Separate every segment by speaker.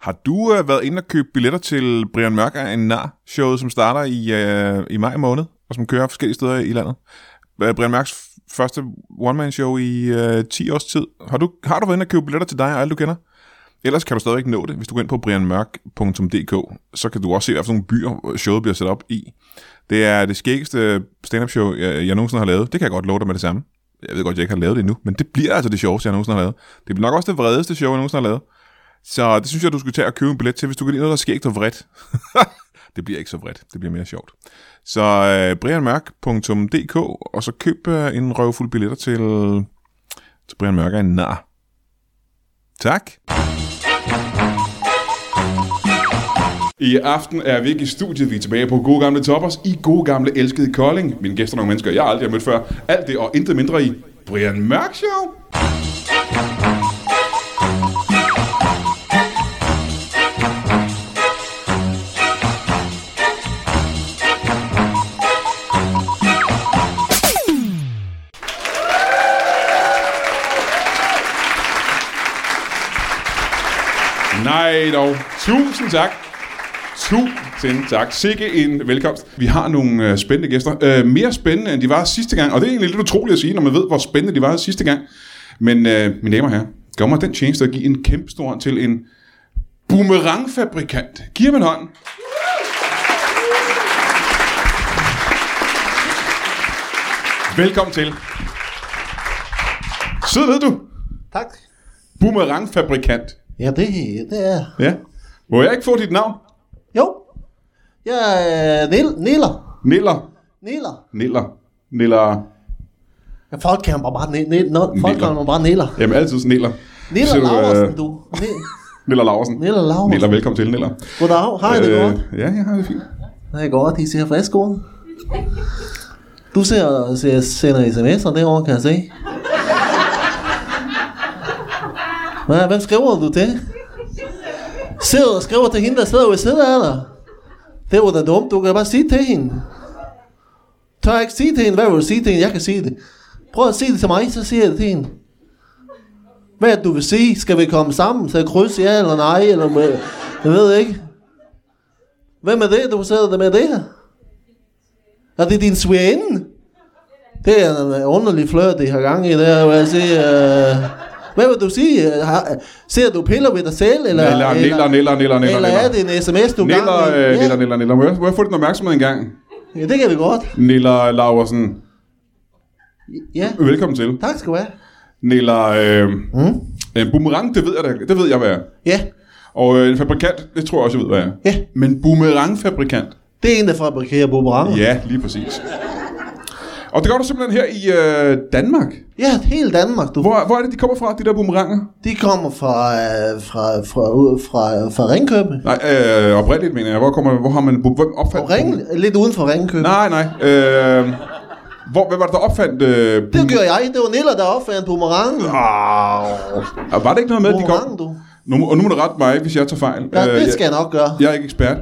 Speaker 1: Har du øh, været inde og købe billetter til Brian Mørk er en nar showet som starter i, øh, i maj måned, og som kører forskellige steder i landet? Øh, Brian Mørks f- første one-man-show i øh, 10 års tid. Har du, har du været inde og købe billetter til dig og alle, du kender? Ellers kan du stadigvæk nå det, hvis du går ind på brianmørk.dk, så kan du også se, hvad for nogle byer øh, showet bliver sat op i. Det er det skæggeste stand-up show, jeg, jeg nogensinde har lavet. Det kan jeg godt love dig med det samme. Jeg ved godt, jeg ikke har lavet det endnu, men det bliver altså det sjoveste, jeg nogensinde har lavet. Det bliver nok også det vredeste show, jeg nogensinde har lavet. Så det synes jeg, du skulle tage og købe en billet til, hvis du kan lide noget, der er skægt og vredt. det bliver ikke så vredt, det bliver mere sjovt. Så øh, brianmørk.dk, og så køb øh, en røvfuld billetter til, til Brian Mørk er en nar. Tak.
Speaker 2: I aften er vi ikke i studiet, vi er tilbage på gode gamle toppers i gode gamle elskede Kolding. Mine gæster er nogle mennesker, jeg aldrig har mødt før. Alt det og intet mindre i Brian Mørk Show. Nej dog. Tusind tak. Tusind tak. Sikke en velkomst. Vi har nogle øh, spændende gæster. Øh, mere spændende, end de var sidste gang. Og det er egentlig lidt utroligt at sige, når man ved, hvor spændende de var sidste gang. Men øh, mine damer og herrer, gør mig den tjeneste at give en kæmpe stor hånd til en boomerangfabrikant. Giv ham en hånd. Velkommen til. Sid ned, du.
Speaker 3: Tak.
Speaker 2: Boomerangfabrikant.
Speaker 3: Ja, det, det er...
Speaker 2: Ja. Må jeg ikke få dit navn?
Speaker 3: Jo. øh, Jeg er Nil, Niller.
Speaker 2: Niller.
Speaker 3: Niller.
Speaker 2: Niller. Niller.
Speaker 3: Ja, folk kalder mig bare, Nil, Nil, Niller. folk kalder mig bare Niller.
Speaker 2: Jamen altid sådan Niller.
Speaker 3: Niller
Speaker 2: Ser du, øh,
Speaker 3: Laversen, du. Ni-
Speaker 2: Niller Larsen.
Speaker 3: Niller Laversen.
Speaker 2: Niller, velkommen til, Niller. Øh,
Speaker 3: Goddag. Hej, det er godt.
Speaker 2: ja, jeg har det fint.
Speaker 3: Det er godt, de ser friske ud. Du ser, ser, sender sms'er derovre, kan jeg se. Hvad, hvem skriver du til? Sidder og skriver til hende, der sidder ved siden af dig. Det var da dumt, du kan bare sige til hende. Tør jeg ikke sige til hende, hvad vil du sige til hende? Jeg kan sige det. Prøv at sige det til mig, så siger jeg det til hende. Hvad er det, du vil sige? Skal vi komme sammen? Så jeg krydse ja eller nej? Eller med, jeg ved ikke. Hvem er det, du sidder der med det her? Er det din svigerinde? Det er en øh, underlig flørt, de har gang i der, hvor jeg siger... Øh, hvad vil du sige? Øh, Har, ser du piller ved dig selv? Eller,
Speaker 2: Niller, Niller, Niller, Niller, Niller,
Speaker 3: eller er
Speaker 2: Niller.
Speaker 3: det en sms, du er gang
Speaker 2: Niller,
Speaker 3: i?
Speaker 2: øh, Niller, Niller, Niller. Må jeg, må jeg få din opmærksomhed en gang?
Speaker 3: ja, det kan vi godt.
Speaker 2: Niller Laversen.
Speaker 3: Ja,
Speaker 2: Velkommen til.
Speaker 3: tak skal du have.
Speaker 2: Niller, øh, mm. boomerang, det ved jeg, da- det ved jeg, hvad er.
Speaker 3: Ja,
Speaker 2: Og øh, en fabrikant, det tror jeg også, jeg ved, hvad er.
Speaker 3: Ja.
Speaker 2: Men boomerangfabrikant.
Speaker 3: det er en, der fabrikerer boberanger.
Speaker 2: Ja, lige præcis. Og det gør du simpelthen her i øh, Danmark.
Speaker 3: ja, hele Danmark, du.
Speaker 2: Hvor, hvor er det, de kommer fra, de der boomeranger?
Speaker 3: De kommer fra, øh, fra, fra, ud- fra, fra Ringkøbing.
Speaker 2: Nej, øh, oprindeligt mener jeg. Hvor, kommer, hvor har man bo- hvem opfandt?
Speaker 3: Og Ring, lidt uden for Ringkøbing.
Speaker 2: Nej, nej. Øh, hvor, hvad var det, der opfandt? Øh,
Speaker 3: Det gjorde jeg. Det var Niller, der opfandt boomerangen.
Speaker 2: og var det ikke noget med, at de kom?
Speaker 3: Boomerangen, du.
Speaker 2: Nu, og nu må du rette mig, hvis jeg tager fejl. Øh,
Speaker 3: Ja, det
Speaker 2: jeg,
Speaker 3: skal jeg nok gøre.
Speaker 2: jeg er ikke ekspert.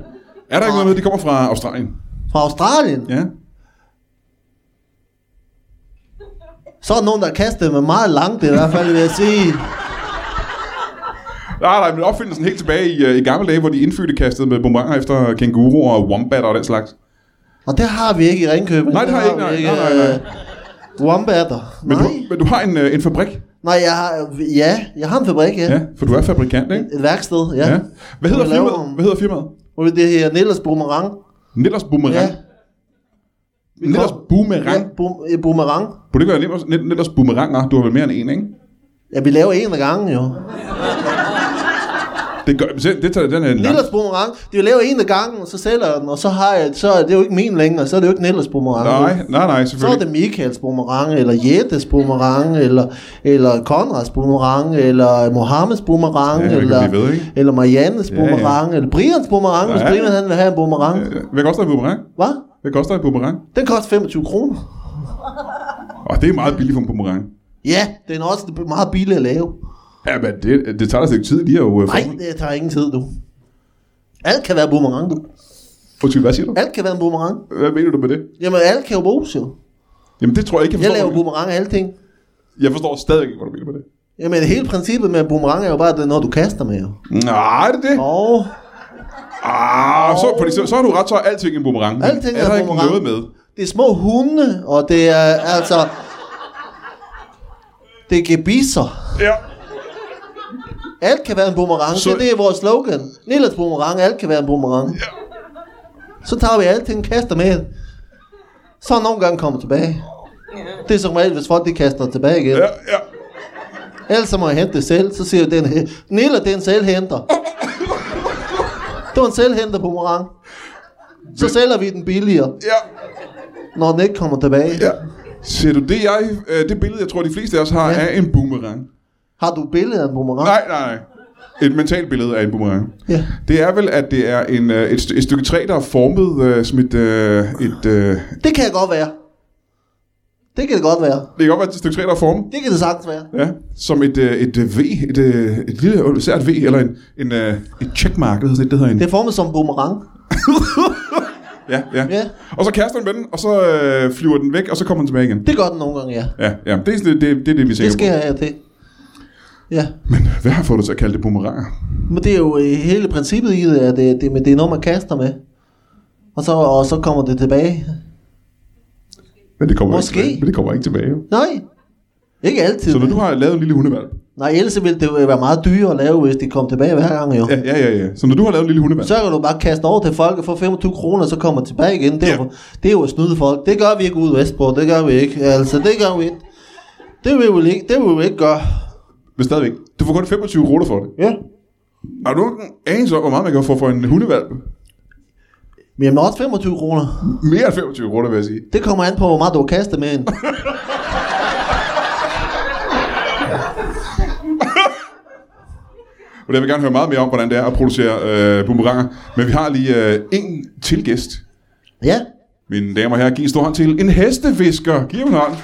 Speaker 2: Er der ikke noget med, at de kommer fra Australien?
Speaker 3: Fra Australien.
Speaker 2: Ja.
Speaker 3: Så er der nogen, der kastede med meget langt, i hvert fald vil jeg sige.
Speaker 2: Nej, nej, men opfindelsen helt tilbage i, øh, i gamle dage, hvor de indfødte kastede med boomeranger efter kænguruer og wombatter og den slags.
Speaker 3: Og det har vi ikke i Ringkøbing.
Speaker 2: Nej, det har jeg ikke. Nej,
Speaker 3: vi
Speaker 2: nej, nej, nej.
Speaker 3: øh, Wombatter.
Speaker 2: Men,
Speaker 3: Nej.
Speaker 2: du, men du har en, øh, en fabrik.
Speaker 3: Nej, jeg har, ja, jeg har en fabrik, ja.
Speaker 2: Ja, for du er fabrikant, ikke?
Speaker 3: Et værksted, ja.
Speaker 2: Ja. Hvad hedder
Speaker 3: Hvor jeg laver
Speaker 2: firmaet? Hvad hedder firmaet?
Speaker 3: Hvor det her Nillers Boomerang.
Speaker 2: Nillers Boomerang.
Speaker 3: Ja.
Speaker 2: Nillers Boomerang.
Speaker 3: Ja, boom, eh, boomerang.
Speaker 2: Burde det ikke være Nillers, Nill- Nillers Boomeranger? Du har vel mere end en, ikke?
Speaker 3: Ja, vi laver en af gangen jo.
Speaker 2: Det, gør, se, det tager den her lang.
Speaker 3: Nillers Boomerang, de laver en af gangen, og så sælger jeg den, og så har jeg, så er det jo ikke min længere, så er det jo ikke Nillers Boomerang.
Speaker 2: Nej, nej, nej,
Speaker 3: Så er
Speaker 2: selvfølgelig.
Speaker 3: det Michaels boomerang, eller Jettes boomerang, eller, eller Konrads boomerang, eller Mohammeds boomerang,
Speaker 2: Ja, man kan
Speaker 3: eller,
Speaker 2: blive ved, ikke?
Speaker 3: eller Mariannes
Speaker 2: ja.
Speaker 3: boomerang, eller Brians boomerang, hvis
Speaker 2: Ja, ja.
Speaker 3: Brian han vil have en boomerang.
Speaker 2: Øh, Hvad koster en boomerang?
Speaker 3: Hvad?
Speaker 2: Hvad koster en boomerang?
Speaker 3: Den koster 25 kroner.
Speaker 2: Åh, det er meget billigt for en boomerang.
Speaker 3: Ja, den er også meget billig at lave.
Speaker 2: Ja, men det, det tager da et stykke tid lige at... øh,
Speaker 3: Nej,
Speaker 2: forme-
Speaker 3: det tager ingen tid, du. Alt kan være boomerang, du.
Speaker 2: Undskyld, hvad siger du?
Speaker 3: Alt kan være en boomerang.
Speaker 2: Hvad mener du med det?
Speaker 3: Jamen, alt kan jo bruges, jo.
Speaker 2: Jamen, det tror jeg ikke, jeg
Speaker 3: Jeg
Speaker 2: forstår.
Speaker 3: laver
Speaker 2: hvad du mener.
Speaker 3: boomerang af alting.
Speaker 2: jeg forstår stadig ikke, hvad du mener med det.
Speaker 3: Jamen, hele princippet med boomerang er jo bare, at det er noget, du kaster med. jo.
Speaker 2: Nej, det er det.
Speaker 3: Og
Speaker 2: Ah, så, fordi, så, så har du ret, så er alting en boomerang. Men
Speaker 3: Alting er
Speaker 2: er der
Speaker 3: boomerang.
Speaker 2: ikke noget med?
Speaker 3: det er små hunde, og det er altså... Det er gebisser.
Speaker 2: Ja.
Speaker 3: Alt kan være en boomerang.
Speaker 2: Så-
Speaker 3: Så... Det, det er vores slogan. Nillers boomerang, alt kan være en boomerang. Ja. Så tager vi alting, kaster med. Så nogle gange kommer tilbage. Det er som regel, hvis folk de kaster tilbage igen.
Speaker 2: Ja, ja.
Speaker 3: Ellers så må jeg hente det selv, så siger jeg, den Niller, det er en selvhenter. Det var en selvhenter på Morang. Så sælger vi den billigere,
Speaker 2: Ja,
Speaker 3: når den ikke kommer tilbage.
Speaker 2: ja. Ser du, det, jeg, øh, det billede, jeg tror, de fleste af os har, ja.
Speaker 3: Ja.
Speaker 2: er en boomerang.
Speaker 3: Har du billedet af en boomerang?
Speaker 2: Nej, nej, nej. Et mentalt billede af en boomerang.
Speaker 3: Ja.
Speaker 2: Det er vel, at det er en, øh, et, st- et stykke træ, der er formet øh, som et... Øh, et øh,
Speaker 3: Det kan godt være. Det kan det godt være.
Speaker 2: det kan godt være et stykke træ, der er formet.
Speaker 3: Det kan det sagtens være.
Speaker 2: Ja, som et, øh, et øh, V, et, øh, et lille, især et V, eller en, en, øh, et checkmark, hvad hedder det, det hedder en.
Speaker 3: Det er formet som en boomerang.
Speaker 2: Ja, ja.
Speaker 3: Ja.
Speaker 2: Og så kaster den med den, og så øh, flyver den væk, og så kommer den tilbage igen.
Speaker 3: Det gør den nogle gange, ja.
Speaker 2: Ja, ja, det er sådan- det, det, det, er det vi er
Speaker 3: Det
Speaker 2: sikre på.
Speaker 3: sker her til. Ja.
Speaker 2: Men hvad har fået dig til at kalde det boomeranger?
Speaker 3: Men det er jo øh, hele princippet i det, at det, det, men det er noget, man kaster med. Og så, og så kommer det tilbage.
Speaker 2: Men det kommer
Speaker 3: Måske.
Speaker 2: ikke tilbage. Men det kommer ikke tilbage. jo.
Speaker 3: Nej. Ikke altid.
Speaker 2: Så når du har lavet en lille hundevalg.
Speaker 3: Nej, ellers ville det jo være meget dyrere at lave, hvis de kom tilbage hver gang jo.
Speaker 2: Ja, ja, ja, ja. Så når du har lavet en lille hundevalg.
Speaker 3: Så kan du bare kaste over til folk og få 25 kroner, og så kommer tilbage igen. Det er, jo, det er jo at snyde folk. Det gør vi ikke ude i Vestbro, det gør vi ikke. Altså, det gør vi ikke. Det vil vi ikke, det vil vi ikke gøre.
Speaker 2: Men stadigvæk. Du får kun 25 kroner for det.
Speaker 3: Ja.
Speaker 2: Har du nogen anelse om, hvor meget man kan få for en hundevalg?
Speaker 3: Men jamen, også 25 kroner.
Speaker 2: Mere end 25 kroner, vil jeg sige.
Speaker 3: Det kommer an på, hvor meget du har kastet med hende.
Speaker 2: Og jeg vil gerne høre meget mere om, hvordan det er at producere øh, boomeranger. Men vi har lige øh, en til gæst.
Speaker 3: Ja.
Speaker 2: Mine damer og herrer, giv en stor hånd til en hestefisker. Giv ham en hånd.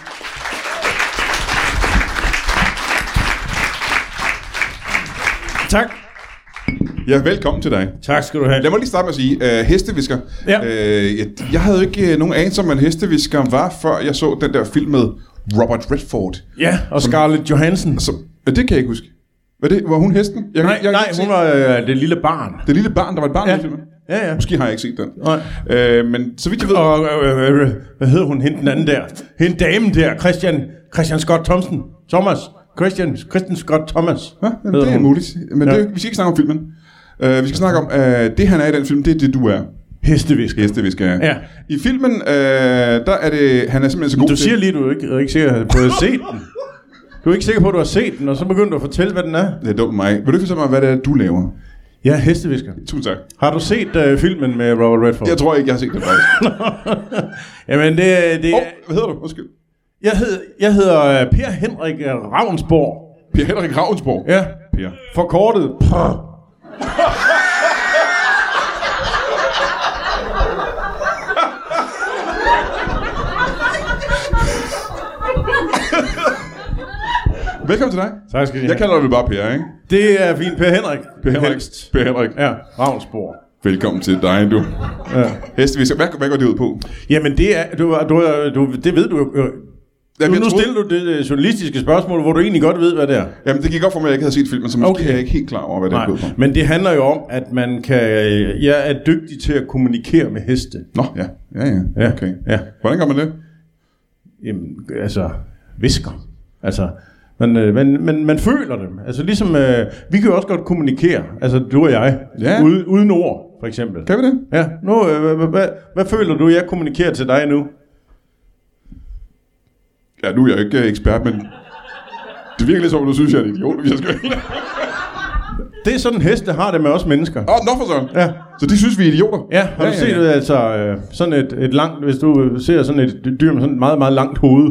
Speaker 4: Tak.
Speaker 2: Ja, velkommen til dig.
Speaker 4: Tak skal du have.
Speaker 2: Lad mig lige starte med at sige, øh, hestevisker.
Speaker 4: Ja.
Speaker 2: Øh, jeg, jeg havde jo ikke øh, nogen anelse om, hvad en hestevisker var, før jeg så den der film med Robert Redford.
Speaker 4: Ja, og Scarlett Johansson.
Speaker 2: Så, øh, det kan jeg ikke huske. Var, det, var hun hesten? Jeg,
Speaker 4: Nej,
Speaker 2: jeg,
Speaker 4: nej,
Speaker 2: jeg,
Speaker 4: hun var øh, det lille barn.
Speaker 2: Det lille barn, der var et barn
Speaker 4: Ja.
Speaker 2: i filmen.
Speaker 4: Ja, ja.
Speaker 2: Måske har jeg ikke set den.
Speaker 4: Nej.
Speaker 2: Øh, men så vidt jeg ved...
Speaker 4: Og øh, øh, øh, hvad hed hun, hende den anden der? Hende damen der, Christian, Christian Scott Thompson. Thomas. Christian, Christian Scott Thomas.
Speaker 2: Hå, jamen,
Speaker 4: hedder
Speaker 2: det er
Speaker 4: hun.
Speaker 2: muligt. Men
Speaker 4: Ja.
Speaker 2: det, vi skal ikke snakke om filmen. Øh, vi skal snakke om, øh, det han er i den film, det er det, du er.
Speaker 4: Hestevisker.
Speaker 2: Hestevisker.
Speaker 4: Ja.
Speaker 2: I filmen, øh, der er det... Han er simpelthen så god
Speaker 4: Du
Speaker 2: til-
Speaker 4: siger lige, du er ikke, er ikke sikker på, at du har set den. Du er ikke sikker på, at du har set den, og så begynder du at fortælle, hvad den er.
Speaker 2: Det er dumt mig. Vil du ikke fortælle mig, hvad det er, du laver?
Speaker 4: Ja, hestevisker.
Speaker 2: Tusind tak.
Speaker 4: Har du set øh, filmen med Robert Redford?
Speaker 2: Jeg tror ikke, jeg har set det faktisk.
Speaker 4: Jamen, det, det
Speaker 2: Åh,
Speaker 4: oh.
Speaker 2: oh, hvad hedder du? Undskyld.
Speaker 4: jeg, hed, jeg hedder øh, Per Henrik øh, Ravnsborg.
Speaker 2: Per Henrik Ravnsborg.
Speaker 4: Ja,
Speaker 2: Per.
Speaker 4: forkortet. Prr.
Speaker 2: Velkommen til dig.
Speaker 4: Tak skal I
Speaker 2: Jeg
Speaker 4: have.
Speaker 2: kalder dig vel bare Per, ikke?
Speaker 4: Det er fint, Per Henrik.
Speaker 2: Per Henrik.
Speaker 4: Helst.
Speaker 2: Per Henrik.
Speaker 4: Ja, Ravnsborg.
Speaker 2: Velkommen til dig, du.
Speaker 4: Ja.
Speaker 2: Hestevisker. Hvad, hvad går det ud på?
Speaker 4: Jamen, det, er, du, du, du, det ved du jo. øh,
Speaker 2: Jamen,
Speaker 4: Nu,
Speaker 2: jeg
Speaker 4: nu
Speaker 2: troede-
Speaker 4: stiller du det øh, journalistiske spørgsmål, hvor du egentlig godt ved, hvad det er.
Speaker 2: Jamen, det gik op for mig, at jeg ikke havde set filmen, så måske
Speaker 4: Okay.
Speaker 2: okay. er jeg ikke helt klar over, hvad det er
Speaker 4: Nej,
Speaker 2: gået på.
Speaker 4: men det handler jo om, at man kan, øh, jeg er dygtig til at kommunikere med heste.
Speaker 2: Nå, ja. Ja, ja.
Speaker 4: Ja,
Speaker 2: Okay.
Speaker 4: ja.
Speaker 2: Hvordan gør man det?
Speaker 4: Jamen, altså, visker. Altså, man, øh, man, man, man føler dem. Altså, ligesom, øh, vi kan jo også godt kommunikere, altså du og jeg,
Speaker 2: Ja.
Speaker 4: ude, uden ord, for eksempel.
Speaker 2: Kan vi det?
Speaker 4: Ja, nu, øh, hvad, hvad, hvad, hvad føler du, jeg kommunikerer til dig nu?
Speaker 2: Ja, nu er jeg jo ikke øh, ekspert, men det virker lidt som, om du synes, jeg er en idiot, hvis jeg skal
Speaker 4: Det er sådan, heste har det med os mennesker.
Speaker 2: Åh, oh, nå for sådan.
Speaker 4: Ja.
Speaker 2: Så de synes, vi er idioter?
Speaker 4: Ja, har ja, du set ja, ja. altså øh, sådan et, et langt, hvis du øh, ser sådan et dyr med sådan et meget, meget langt hoved,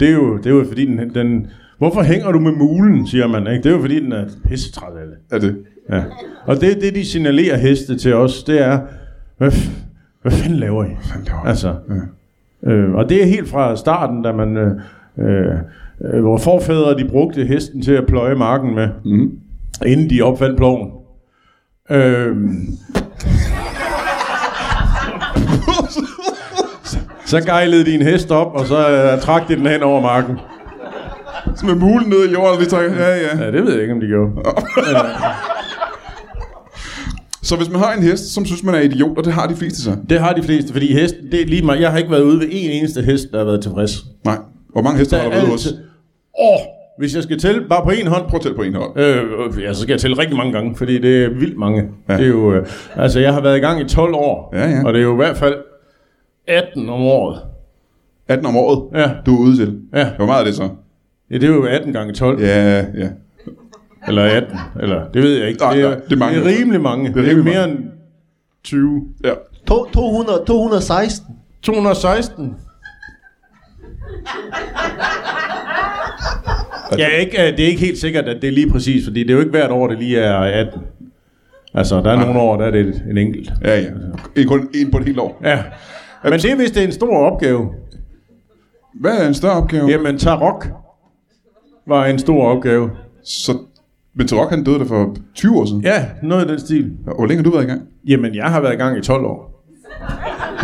Speaker 4: det er jo, det er jo fordi den, den, hvorfor hænger du med mulen, siger man, ikke? Det er jo fordi den er pissetræt af det.
Speaker 2: Er det?
Speaker 4: Ja. Og det, det de signalerer heste til os, det er, hvad, f- hvad fanden laver I?
Speaker 2: fanden laver I?
Speaker 4: Altså,
Speaker 2: Ja.
Speaker 4: øh, og det er helt fra starten, da man, øh, øh, øh, hvor forfædre de brugte hesten til at pløje marken med, mm. inden de opfandt ploven. Øh, så gejlede de en hest op, og så øh, trak de den hen over marken.
Speaker 2: Så med mulen ned i jorden, vi trækker. Ja, ja.
Speaker 4: Ja, det ved jeg ikke, om de gjorde.
Speaker 2: Så hvis man har en hest, som synes, man er idiot, og det har de fleste så.
Speaker 4: Det har de fleste, fordi hesten, det er lige mig. Jeg har ikke været ude ved en eneste hest, der har været tilfreds.
Speaker 2: Nej. Hvor mange heste
Speaker 4: Der
Speaker 2: har
Speaker 4: er
Speaker 2: du været hos?
Speaker 4: altid- Åh, hvis jeg skal tælle bare på en hånd,
Speaker 2: Prøv at tælle på en hånd.
Speaker 4: Øh, øh, ja, så skal jeg tælle rigtig mange gange, fordi det er vildt mange.
Speaker 2: Ja.
Speaker 4: Ja. Det er jo, øh, altså, jeg har været i gang i 12 år,
Speaker 2: Ja, ja.
Speaker 4: og det er jo i hvert fald 18 om året.
Speaker 2: 18 om året,
Speaker 4: Ja.
Speaker 2: du er ude til.
Speaker 4: Ja.
Speaker 2: Hvor meget er det så?
Speaker 4: ja det er jo 18 gange 12, ja.
Speaker 2: Ja, ja.
Speaker 4: eller 18, eller det ved jeg ikke.
Speaker 2: Nej,
Speaker 4: det, er,
Speaker 2: nej, det er mange.
Speaker 4: det er rimelig mange. Det er,
Speaker 2: rimelig
Speaker 4: mere
Speaker 2: mange.
Speaker 4: end 20.
Speaker 2: ja.
Speaker 3: To- 200, 216.
Speaker 4: 216. Ja, ikke, øh, det er ikke helt sikkert, at det er lige præcis, fordi det er jo ikke hvert år, det lige er 18. Altså, der er nogle år, der er det en enkelt.
Speaker 2: Ja, ja. En, kun en på et helt år.
Speaker 4: Ja. Men det er, hvis det er en stor opgave.
Speaker 2: Hvad er en større opgave?
Speaker 4: Jamen, Tarok var en stor opgave.
Speaker 2: Så, men Tarok, han døde der for 20 år siden.
Speaker 4: Ja, noget i den stil.
Speaker 2: Hvor længe har du været i gang?
Speaker 4: Jamen, jeg har været i gang i 12 år.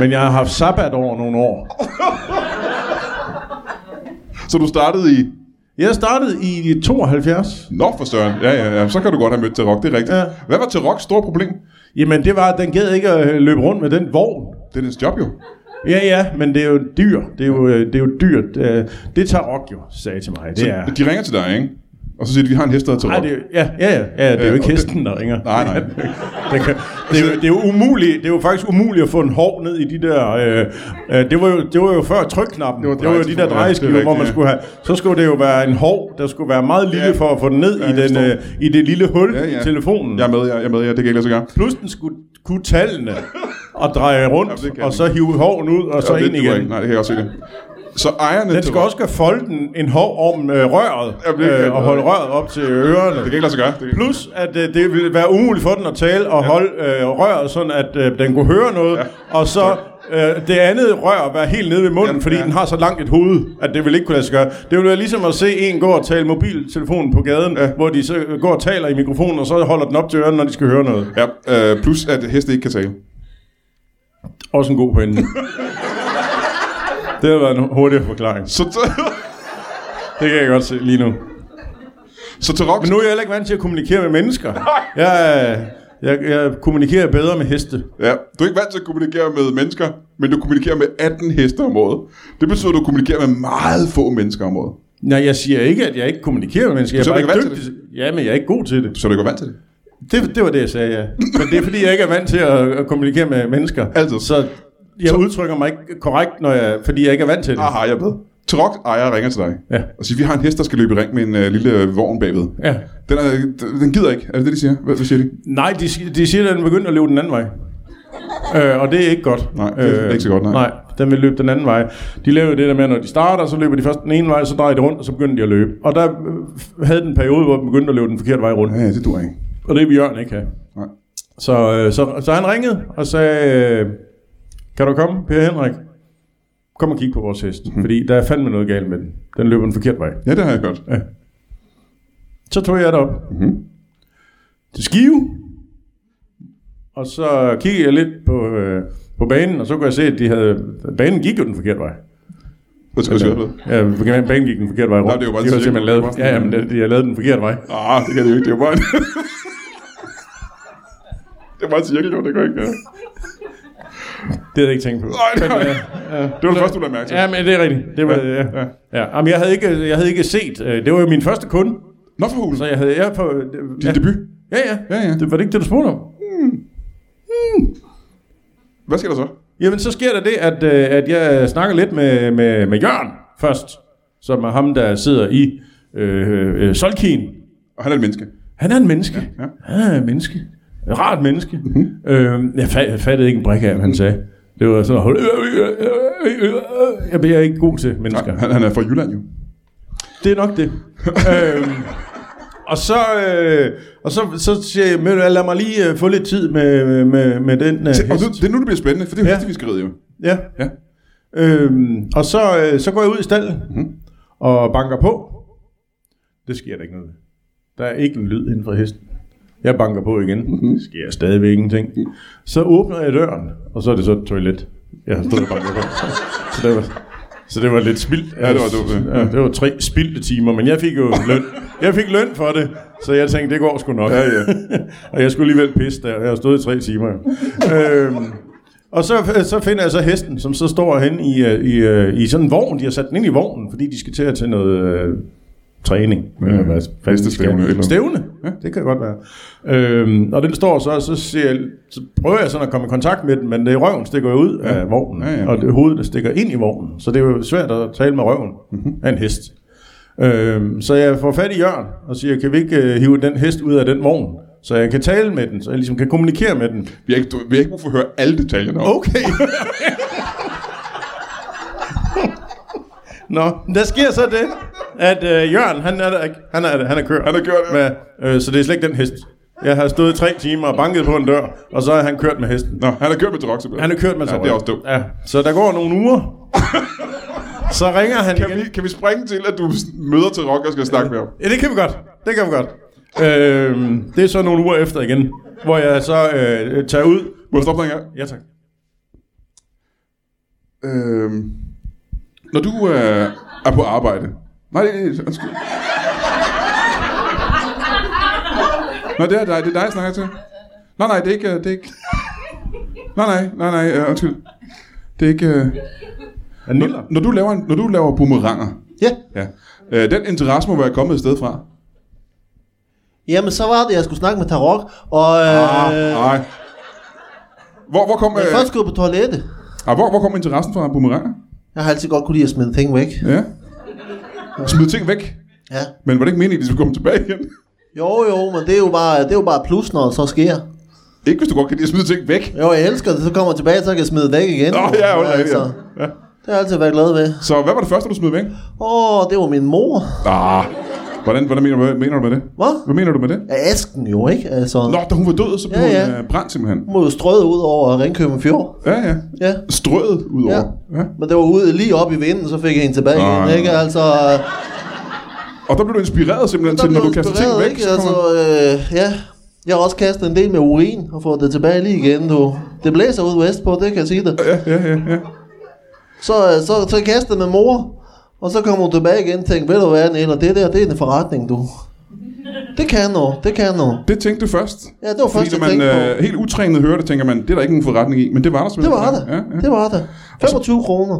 Speaker 4: Men jeg har haft sabbat over nogle år.
Speaker 2: Så du startede i...
Speaker 4: Jeg startede i 72.
Speaker 2: Nå, for søren. Ja, ja, ja. Så kan du godt have mødt Tarok, det er rigtigt.
Speaker 4: Ja.
Speaker 2: Hvad var Taroks store problem?
Speaker 4: Jamen, det var, at den gad ikke at øh, løbe rundt med den vogn.
Speaker 2: Det er dens job jo.
Speaker 4: Ja, ja, men det er jo dyr. Det er jo, øh, det er jo dyrt. Øh, Det Tarok jo sagde til mig. Det er...
Speaker 2: De ringer til dig, ikke? Og så siger de, vi har en hest, der hedder
Speaker 4: Nej,
Speaker 2: Tarok.
Speaker 4: det er, jo- ja, ja, ja, ja, det er
Speaker 2: Øh,
Speaker 4: jo ikke
Speaker 2: og det-
Speaker 4: hesten, der ringer.
Speaker 2: Nej, nej.
Speaker 4: Det, kan, det, er jo, det er jo umuligt, det er jo faktisk umuligt at få en hov ned i de der, øh, øh, det, var jo, det var jo før trykknappen, det var, det var jo de der
Speaker 2: drejetelefoner, ja,
Speaker 4: drejeskiver,
Speaker 2: det er
Speaker 4: hvor man
Speaker 2: rigtigt,
Speaker 4: skulle have, så skulle det jo være en hov, der skulle være meget lille
Speaker 2: Ja.
Speaker 4: for at få den ned
Speaker 2: Ja,
Speaker 4: i,
Speaker 2: jeg
Speaker 4: den,
Speaker 2: forstår.
Speaker 4: øh, i det lille hul
Speaker 2: Ja,
Speaker 4: ja,
Speaker 2: ja.
Speaker 4: i telefonen.
Speaker 2: Jeg er med, jeg, jeg er med, ja. Det kan ikke lade sig gøre.
Speaker 4: Plus den skulle kunne tallene og dreje rundt,
Speaker 2: Jamen, det kan
Speaker 4: ja, og
Speaker 2: den
Speaker 4: så hive hoven ud, og så
Speaker 2: Og
Speaker 4: ind
Speaker 2: det duer
Speaker 4: igen.
Speaker 2: ikke. Nej, det kan jeg også se det. Så ejerne...
Speaker 4: Den skal også kunne folde den, en hov om øh, røret,
Speaker 2: Jamen, det kan den
Speaker 4: øh, og holde
Speaker 2: ikke.
Speaker 4: røret op til ørerne.
Speaker 2: Det kan ikke lade sig gøre. Det kan...
Speaker 4: Plus, at øh, det ville være umuligt for den at tale og holde øh, røret, sådan at øh, den kunne høre noget.
Speaker 2: Ja.
Speaker 4: Ja. Og så øh, det andet rør være helt nede ved munden,
Speaker 2: Jamen,
Speaker 4: fordi
Speaker 2: ja.
Speaker 4: den har så langt et hoved, at det ville ikke kunne lade sig gøre. Det ville være ligesom at se en gå og tale mobiltelefonen på gaden, ja. hvor de så øh, går og taler i mikrofonen, og så holder den op til ørerne, når de skal høre noget.
Speaker 2: Ja, øh, plus at heste ikke kan tale.
Speaker 4: Også en god pointe. det har været en hurtig forklaring.
Speaker 2: Så,
Speaker 4: Det kan jeg godt se lige nu.
Speaker 2: så Tarok...
Speaker 4: Men nu er jeg heller ikke vant til at kommunikere med mennesker. Jeg, øh, jeg, jeg kommunikerer bedre med heste.
Speaker 2: Ja, du er ikke vant til at kommunikere med mennesker, men du kommunikerer med 18 heste om året. Det betyder, at du kommunikerer med meget få mennesker om året.
Speaker 4: Nej, jeg siger ikke, at jeg ikke kommunikerer med mennesker. Jeg
Speaker 2: Så
Speaker 4: er
Speaker 2: er
Speaker 4: bare
Speaker 2: du
Speaker 4: ikke
Speaker 2: ikke
Speaker 4: dygtig. Til det. Ja, men jeg er ikke god til det.
Speaker 2: Så er du ikke vant til det.
Speaker 4: det. Det var det, jeg sagde, ja. Men det er, fordi jeg ikke er vant til at, at kommunikere med mennesker.
Speaker 2: Altid.
Speaker 4: Så jeg udtrykker mig ikke korrekt, når jeg, fordi jeg ikke er vant til det.
Speaker 2: Aha, jeg ved. Tarok ejer ringer til dig.
Speaker 4: Ja.
Speaker 2: Og siger, vi har en hest, der skal løbe i ring med en øh, lille øh, vogn bagved.
Speaker 4: Ja.
Speaker 2: Den, er, den gider ikke. Er det det, de siger? Hvad, hvad siger de?
Speaker 4: Nej, de, si- de siger, at den begyndte at løbe den anden vej. Øh, og det er ikke godt. Øh,
Speaker 2: Nej, det er ikke så godt, nej.
Speaker 4: nej. den vil løbe den anden vej. De laver jo det der med, at når de starter, så løber de først den ene vej, så drejer de rundt, og så begynder de at løbe. Og der øh, havde den periode, hvor den begyndte at løbe den forkerte vej rundt.
Speaker 2: Ja, det dur ikke.
Speaker 4: Og det vil Jørgen ikke have.
Speaker 2: Nej.
Speaker 4: Så, øh, så, så han ringede og sagde, øh, kan du komme, Per Henrik? Kom og kig på vores hest,
Speaker 2: Mhm.
Speaker 4: fordi der er fandme noget galt med den. Den løber en forkert vej.
Speaker 2: Ja, det har jeg hørt.
Speaker 4: Så tog jeg det op
Speaker 2: Mhm.
Speaker 4: til Skive, og så kiggede jeg lidt på, øh, på banen, og så kunne jeg se, at de havde, banen gik jo den forkerte vej.
Speaker 2: Hvad skal jeg sige?
Speaker 4: Ja, banen gik den forkerte vej rundt.
Speaker 2: Nej, det er jo bare
Speaker 4: de
Speaker 2: en
Speaker 4: havde simpelthen lavet,
Speaker 2: cirkel.
Speaker 4: ja, ja, men de, de havde lavet den forkerte vej.
Speaker 2: Ah, det kan det jo ikke. Det er jo bare en... det er bare en cirkel, jo. Det går ikke. Ja.
Speaker 4: Det havde jeg ikke tænkt på. øh,
Speaker 2: Nej, nej. Det var det første, du lagde mærke til.
Speaker 4: Ja, men det er rigtigt. Det var,
Speaker 2: Ja,
Speaker 4: ja, ja.
Speaker 2: ja.
Speaker 4: ja. ja. Jamen, jeg havde ikke, jeg havde ikke set. øh, Det var jo min første kunde,
Speaker 2: Nå for hulen.
Speaker 4: så jeg havde jeg på... det-
Speaker 2: Din
Speaker 4: ja.
Speaker 2: debut.
Speaker 4: Ja, ja.
Speaker 2: Ja, ja.
Speaker 4: Det var det ikke det, du spurgte om?
Speaker 2: Hvad sker der så?
Speaker 4: Jamen, så sker der det, at, øh, at jeg snakker lidt med, med, med Jørgen først, som er ham, der sidder i øh, øh, Solkien.
Speaker 2: Og han er et menneske.
Speaker 4: Han er en menneske.
Speaker 2: Ja, Mhm. ja.
Speaker 4: Han er en menneske. Et rart menneske. øh, jeg, fat, jeg fattede ikke en brik af, hvad han sagde. Det var sådan, jeg bliver ikke god til mennesker.
Speaker 2: Han, han er fra Jylland, jo.
Speaker 4: Det er nok det. øhm, og så, øh, og så, så siger jeg, "Ved du hvad, lad mig lige øh, få lidt tid med, med, med den øh,
Speaker 2: Og nu,
Speaker 4: hest.
Speaker 2: det er nu, det bliver spændende, for det er jo
Speaker 4: Ja.
Speaker 2: hestefiskeriet, jo.
Speaker 4: Ja.
Speaker 2: Ja.
Speaker 4: Øhm, og så, øh, så går jeg ud i stallen
Speaker 2: Mhm.
Speaker 4: mm. og banker på. Det sker der ikke noget ved. Der er ikke en lyd inden for hesten. Jeg banker på igen.
Speaker 2: Mhm.
Speaker 4: Det sker stadigvæk ingenting. Så åbner jeg døren, og så er det så et toilet. Jeg har stået og banket på. Så, så der var, Så det var lidt spild.
Speaker 2: Ja, det var dumt, ja.
Speaker 4: Ja, det var tre spildte timer, men jeg fik jo løn. Jeg fik løn for det, så jeg tænkte, det går sgu nok.
Speaker 2: Ja, ja.
Speaker 4: og jeg skulle alligevel pisse der, jeg har stået i tre timer. øhm, og så, så finder jeg så hesten, som så står hen i, øh, i, øh, i sådan en vogn. De har sat den ind i vognen, fordi de skal til at til noget øh, træning. Eller hvad fanden de skal.
Speaker 2: Hestestævne eller-
Speaker 4: Stævne? Ja, det kan godt være. Øhm, og den står så, og så, ser jeg, så prøver jeg sådan at komme i kontakt med den, men det røven stikker jo ud ja. af vognen,
Speaker 2: Ja,
Speaker 4: ja,
Speaker 2: ja.
Speaker 4: ja. og det, hovedet stikker ind i vognen. Så det er jo svært at tale med røven
Speaker 2: Mhm.
Speaker 4: mm-hmm. af en hest. Øhm, så jeg får fat i Jørgen og siger, kan vi ikke øh, hive den hest ud af den vogn? Så jeg kan tale med den, så jeg ligesom kan kommunikere med den.
Speaker 2: Vi har ikke, du- vi har ikke brug for at høre alle detaljerne op.
Speaker 4: Okay. Nå, der sker så det, at øh, Jørgen, han er, der ikke. han er, han er kørt.
Speaker 2: Han har gjort det.
Speaker 4: Med, øh, så det er slet ikke den hest. Jeg har stået i tre timer og banket på en dør, og så er han kørt med hesten.
Speaker 2: Nå, han har kørt med Taroxabella.
Speaker 4: Han er kørt med
Speaker 2: ja, det er også dumt.
Speaker 4: Ja. Så der går nogle uger. så ringer han
Speaker 2: Kan
Speaker 4: igen.
Speaker 2: vi, kan vi springe til, at du møder til Rock og skal snakke med ham?
Speaker 4: Ja, det kan vi godt. Det kan vi godt. Øhm, det er så nogle uger efter igen, hvor jeg så øh, tager ud.
Speaker 2: Må jeg stoppe dig en gang?
Speaker 4: Ja, tak.
Speaker 2: Øhm, når du øh, er på arbejde... Nej, det er... Undskyld. Nå, det er dig. Det er dig, jeg snakker til. Nej, nej, det er ikke... øh, Det er ikke. Nej, nej, nej, nej. Øh, undskyld. Det er ikke... Øh...
Speaker 4: Han niller.
Speaker 2: Når du laver, en, når du laver boomeranger,
Speaker 3: Ja.
Speaker 2: ja. øh, den interesse må være kommet et sted fra.
Speaker 3: Jamen, så var det, jeg skulle snakke med Tarok, og
Speaker 2: Ah,
Speaker 3: øh, ah, ah,
Speaker 2: nej. Hvor, hvor, kom,
Speaker 3: jeg
Speaker 2: øh,
Speaker 3: er først gået på toilettet.
Speaker 2: ah, hvor, hvor kom interessen fra boomeranger?
Speaker 3: Jeg har altid godt kunne lide at smide ting væk.
Speaker 2: Ja. Smid ting væk.
Speaker 3: Ja.
Speaker 2: Men var det ikke meningen, at de skulle komme tilbage igen?
Speaker 3: Jo, jo, men det er jo bare, det er jo bare plus, når det så sker.
Speaker 2: Ikke hvis du godt kan lide at smide ting væk.
Speaker 3: Jo, jeg elsker det, så kommer jeg tilbage, så kan jeg smide det væk igen.
Speaker 2: Nå, ja, jo, det er
Speaker 3: altså,
Speaker 2: rigtigt, ja. ja.
Speaker 3: det har jeg altid været glad ved.
Speaker 2: Så hvad var det første, du smed væk?
Speaker 3: Åh, det var min mor.
Speaker 2: Ah, hvordan, hvordan mener, du, hvad mener du med det?
Speaker 3: Hvad?
Speaker 2: Hvad mener du med det?
Speaker 3: Ja, asken jo, ikke? Altså,
Speaker 2: Nå, da hun var død, så blev
Speaker 3: Ja,
Speaker 2: ja, ja.
Speaker 3: ja.
Speaker 2: hun øh, brændt simpelthen.
Speaker 3: hun var jo strøget ud over Ringkøbing Fjord.
Speaker 2: Ja, ja.
Speaker 3: Ja.
Speaker 2: Strøget ud over. Ja.
Speaker 3: Men det var ude lige op i vinden, så fik jeg hende tilbage
Speaker 2: Nå, ja.
Speaker 3: igen, ikke? Altså, øh,
Speaker 2: Og der blev du inspireret simpelthen
Speaker 3: der
Speaker 2: til, når
Speaker 3: blev
Speaker 2: du kaster ting
Speaker 3: inspireret,
Speaker 2: væk.
Speaker 3: ikke?
Speaker 2: så kommer-
Speaker 3: Altså, øh, ja. Jeg har også kastet en del med urin og fået det tilbage lige igen, du. Det blæser ud vestpå, det kan jeg sige det.
Speaker 2: Ja, ja, ja, ja.
Speaker 3: Så, øh, så, så kastede jeg med mor, og så kommer hun tilbage igen og tænkte, ved du hvad, Niel, det der, det er en forretning, du. Det kan noget, det kan noget.
Speaker 2: Det tænkte du først.
Speaker 3: Ja, det var
Speaker 2: Fordi
Speaker 3: først,
Speaker 2: når
Speaker 3: jeg
Speaker 2: man
Speaker 3: tænkte på.
Speaker 2: øh, helt utrænet hører det, tænker man, det er der ikke nogen forretning i. Men det var der
Speaker 3: Det
Speaker 2: simpelthen.
Speaker 3: var det.
Speaker 2: Ja, ja. Altså-
Speaker 3: Det var det. 25 kroner.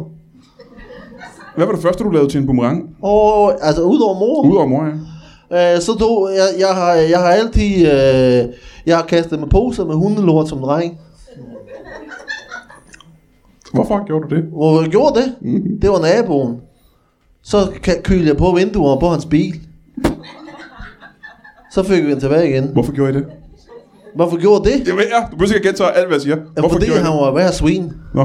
Speaker 2: Hvad var det første, du lavede til en boomerang?
Speaker 3: Og altså udover mor,
Speaker 2: Udover mor, ja.
Speaker 3: øh, så du, jeg, jeg, har, jeg har altid, øh, jeg har kastet med poser med hundelort som dreng.
Speaker 2: Hvorfor gjorde du det?
Speaker 3: Hvor jeg gjorde det?
Speaker 2: Mm-hmm.
Speaker 3: Det var naboen. Så ka- kylde jeg på vinduerne på hans bil. Så fik vi den tilbage igen.
Speaker 2: Hvorfor gjorde I det?
Speaker 3: Hvorfor gjorde det?
Speaker 2: Jeg ved, ja, du behøver ikke at gentage alt, hvad jeg siger.
Speaker 3: Ja,
Speaker 2: Hvorfor
Speaker 3: fordi
Speaker 2: gjorde I
Speaker 3: han
Speaker 2: det?
Speaker 3: var hver svin.
Speaker 2: Nå,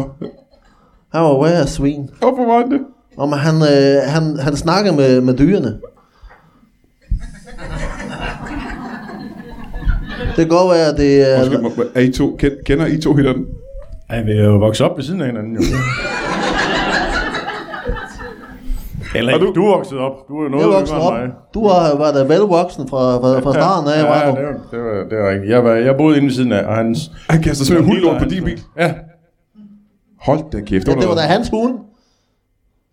Speaker 3: Han var hver svin.
Speaker 2: hvorfor var han det?
Speaker 3: Om han, øh, han, han snakker med, med dyrene. Det kan godt være, at det er...
Speaker 2: Undskyld, må- er I to, ken- kender I to hinanden?
Speaker 4: Ej, vi er jo vokset op ved siden af hinanden, jo. Eller
Speaker 2: Og
Speaker 4: ikke.
Speaker 2: du-
Speaker 4: Du, du er vokset op. Du er noget
Speaker 3: Jeg voksede
Speaker 4: yngre
Speaker 3: op.
Speaker 4: end mig.
Speaker 3: Du har været øh, velvoksen fra, fra, fra starten af,
Speaker 4: Ja,
Speaker 3: var
Speaker 4: ja,
Speaker 3: du?
Speaker 4: det var, det var, det var rigtigt. Jeg, var, jeg boede inde ved siden af, og hans...
Speaker 2: Han kaster simpelthen hundelort på din bil.
Speaker 4: Ja,
Speaker 2: Hold da kæft.
Speaker 3: Ja, det var da hans hund,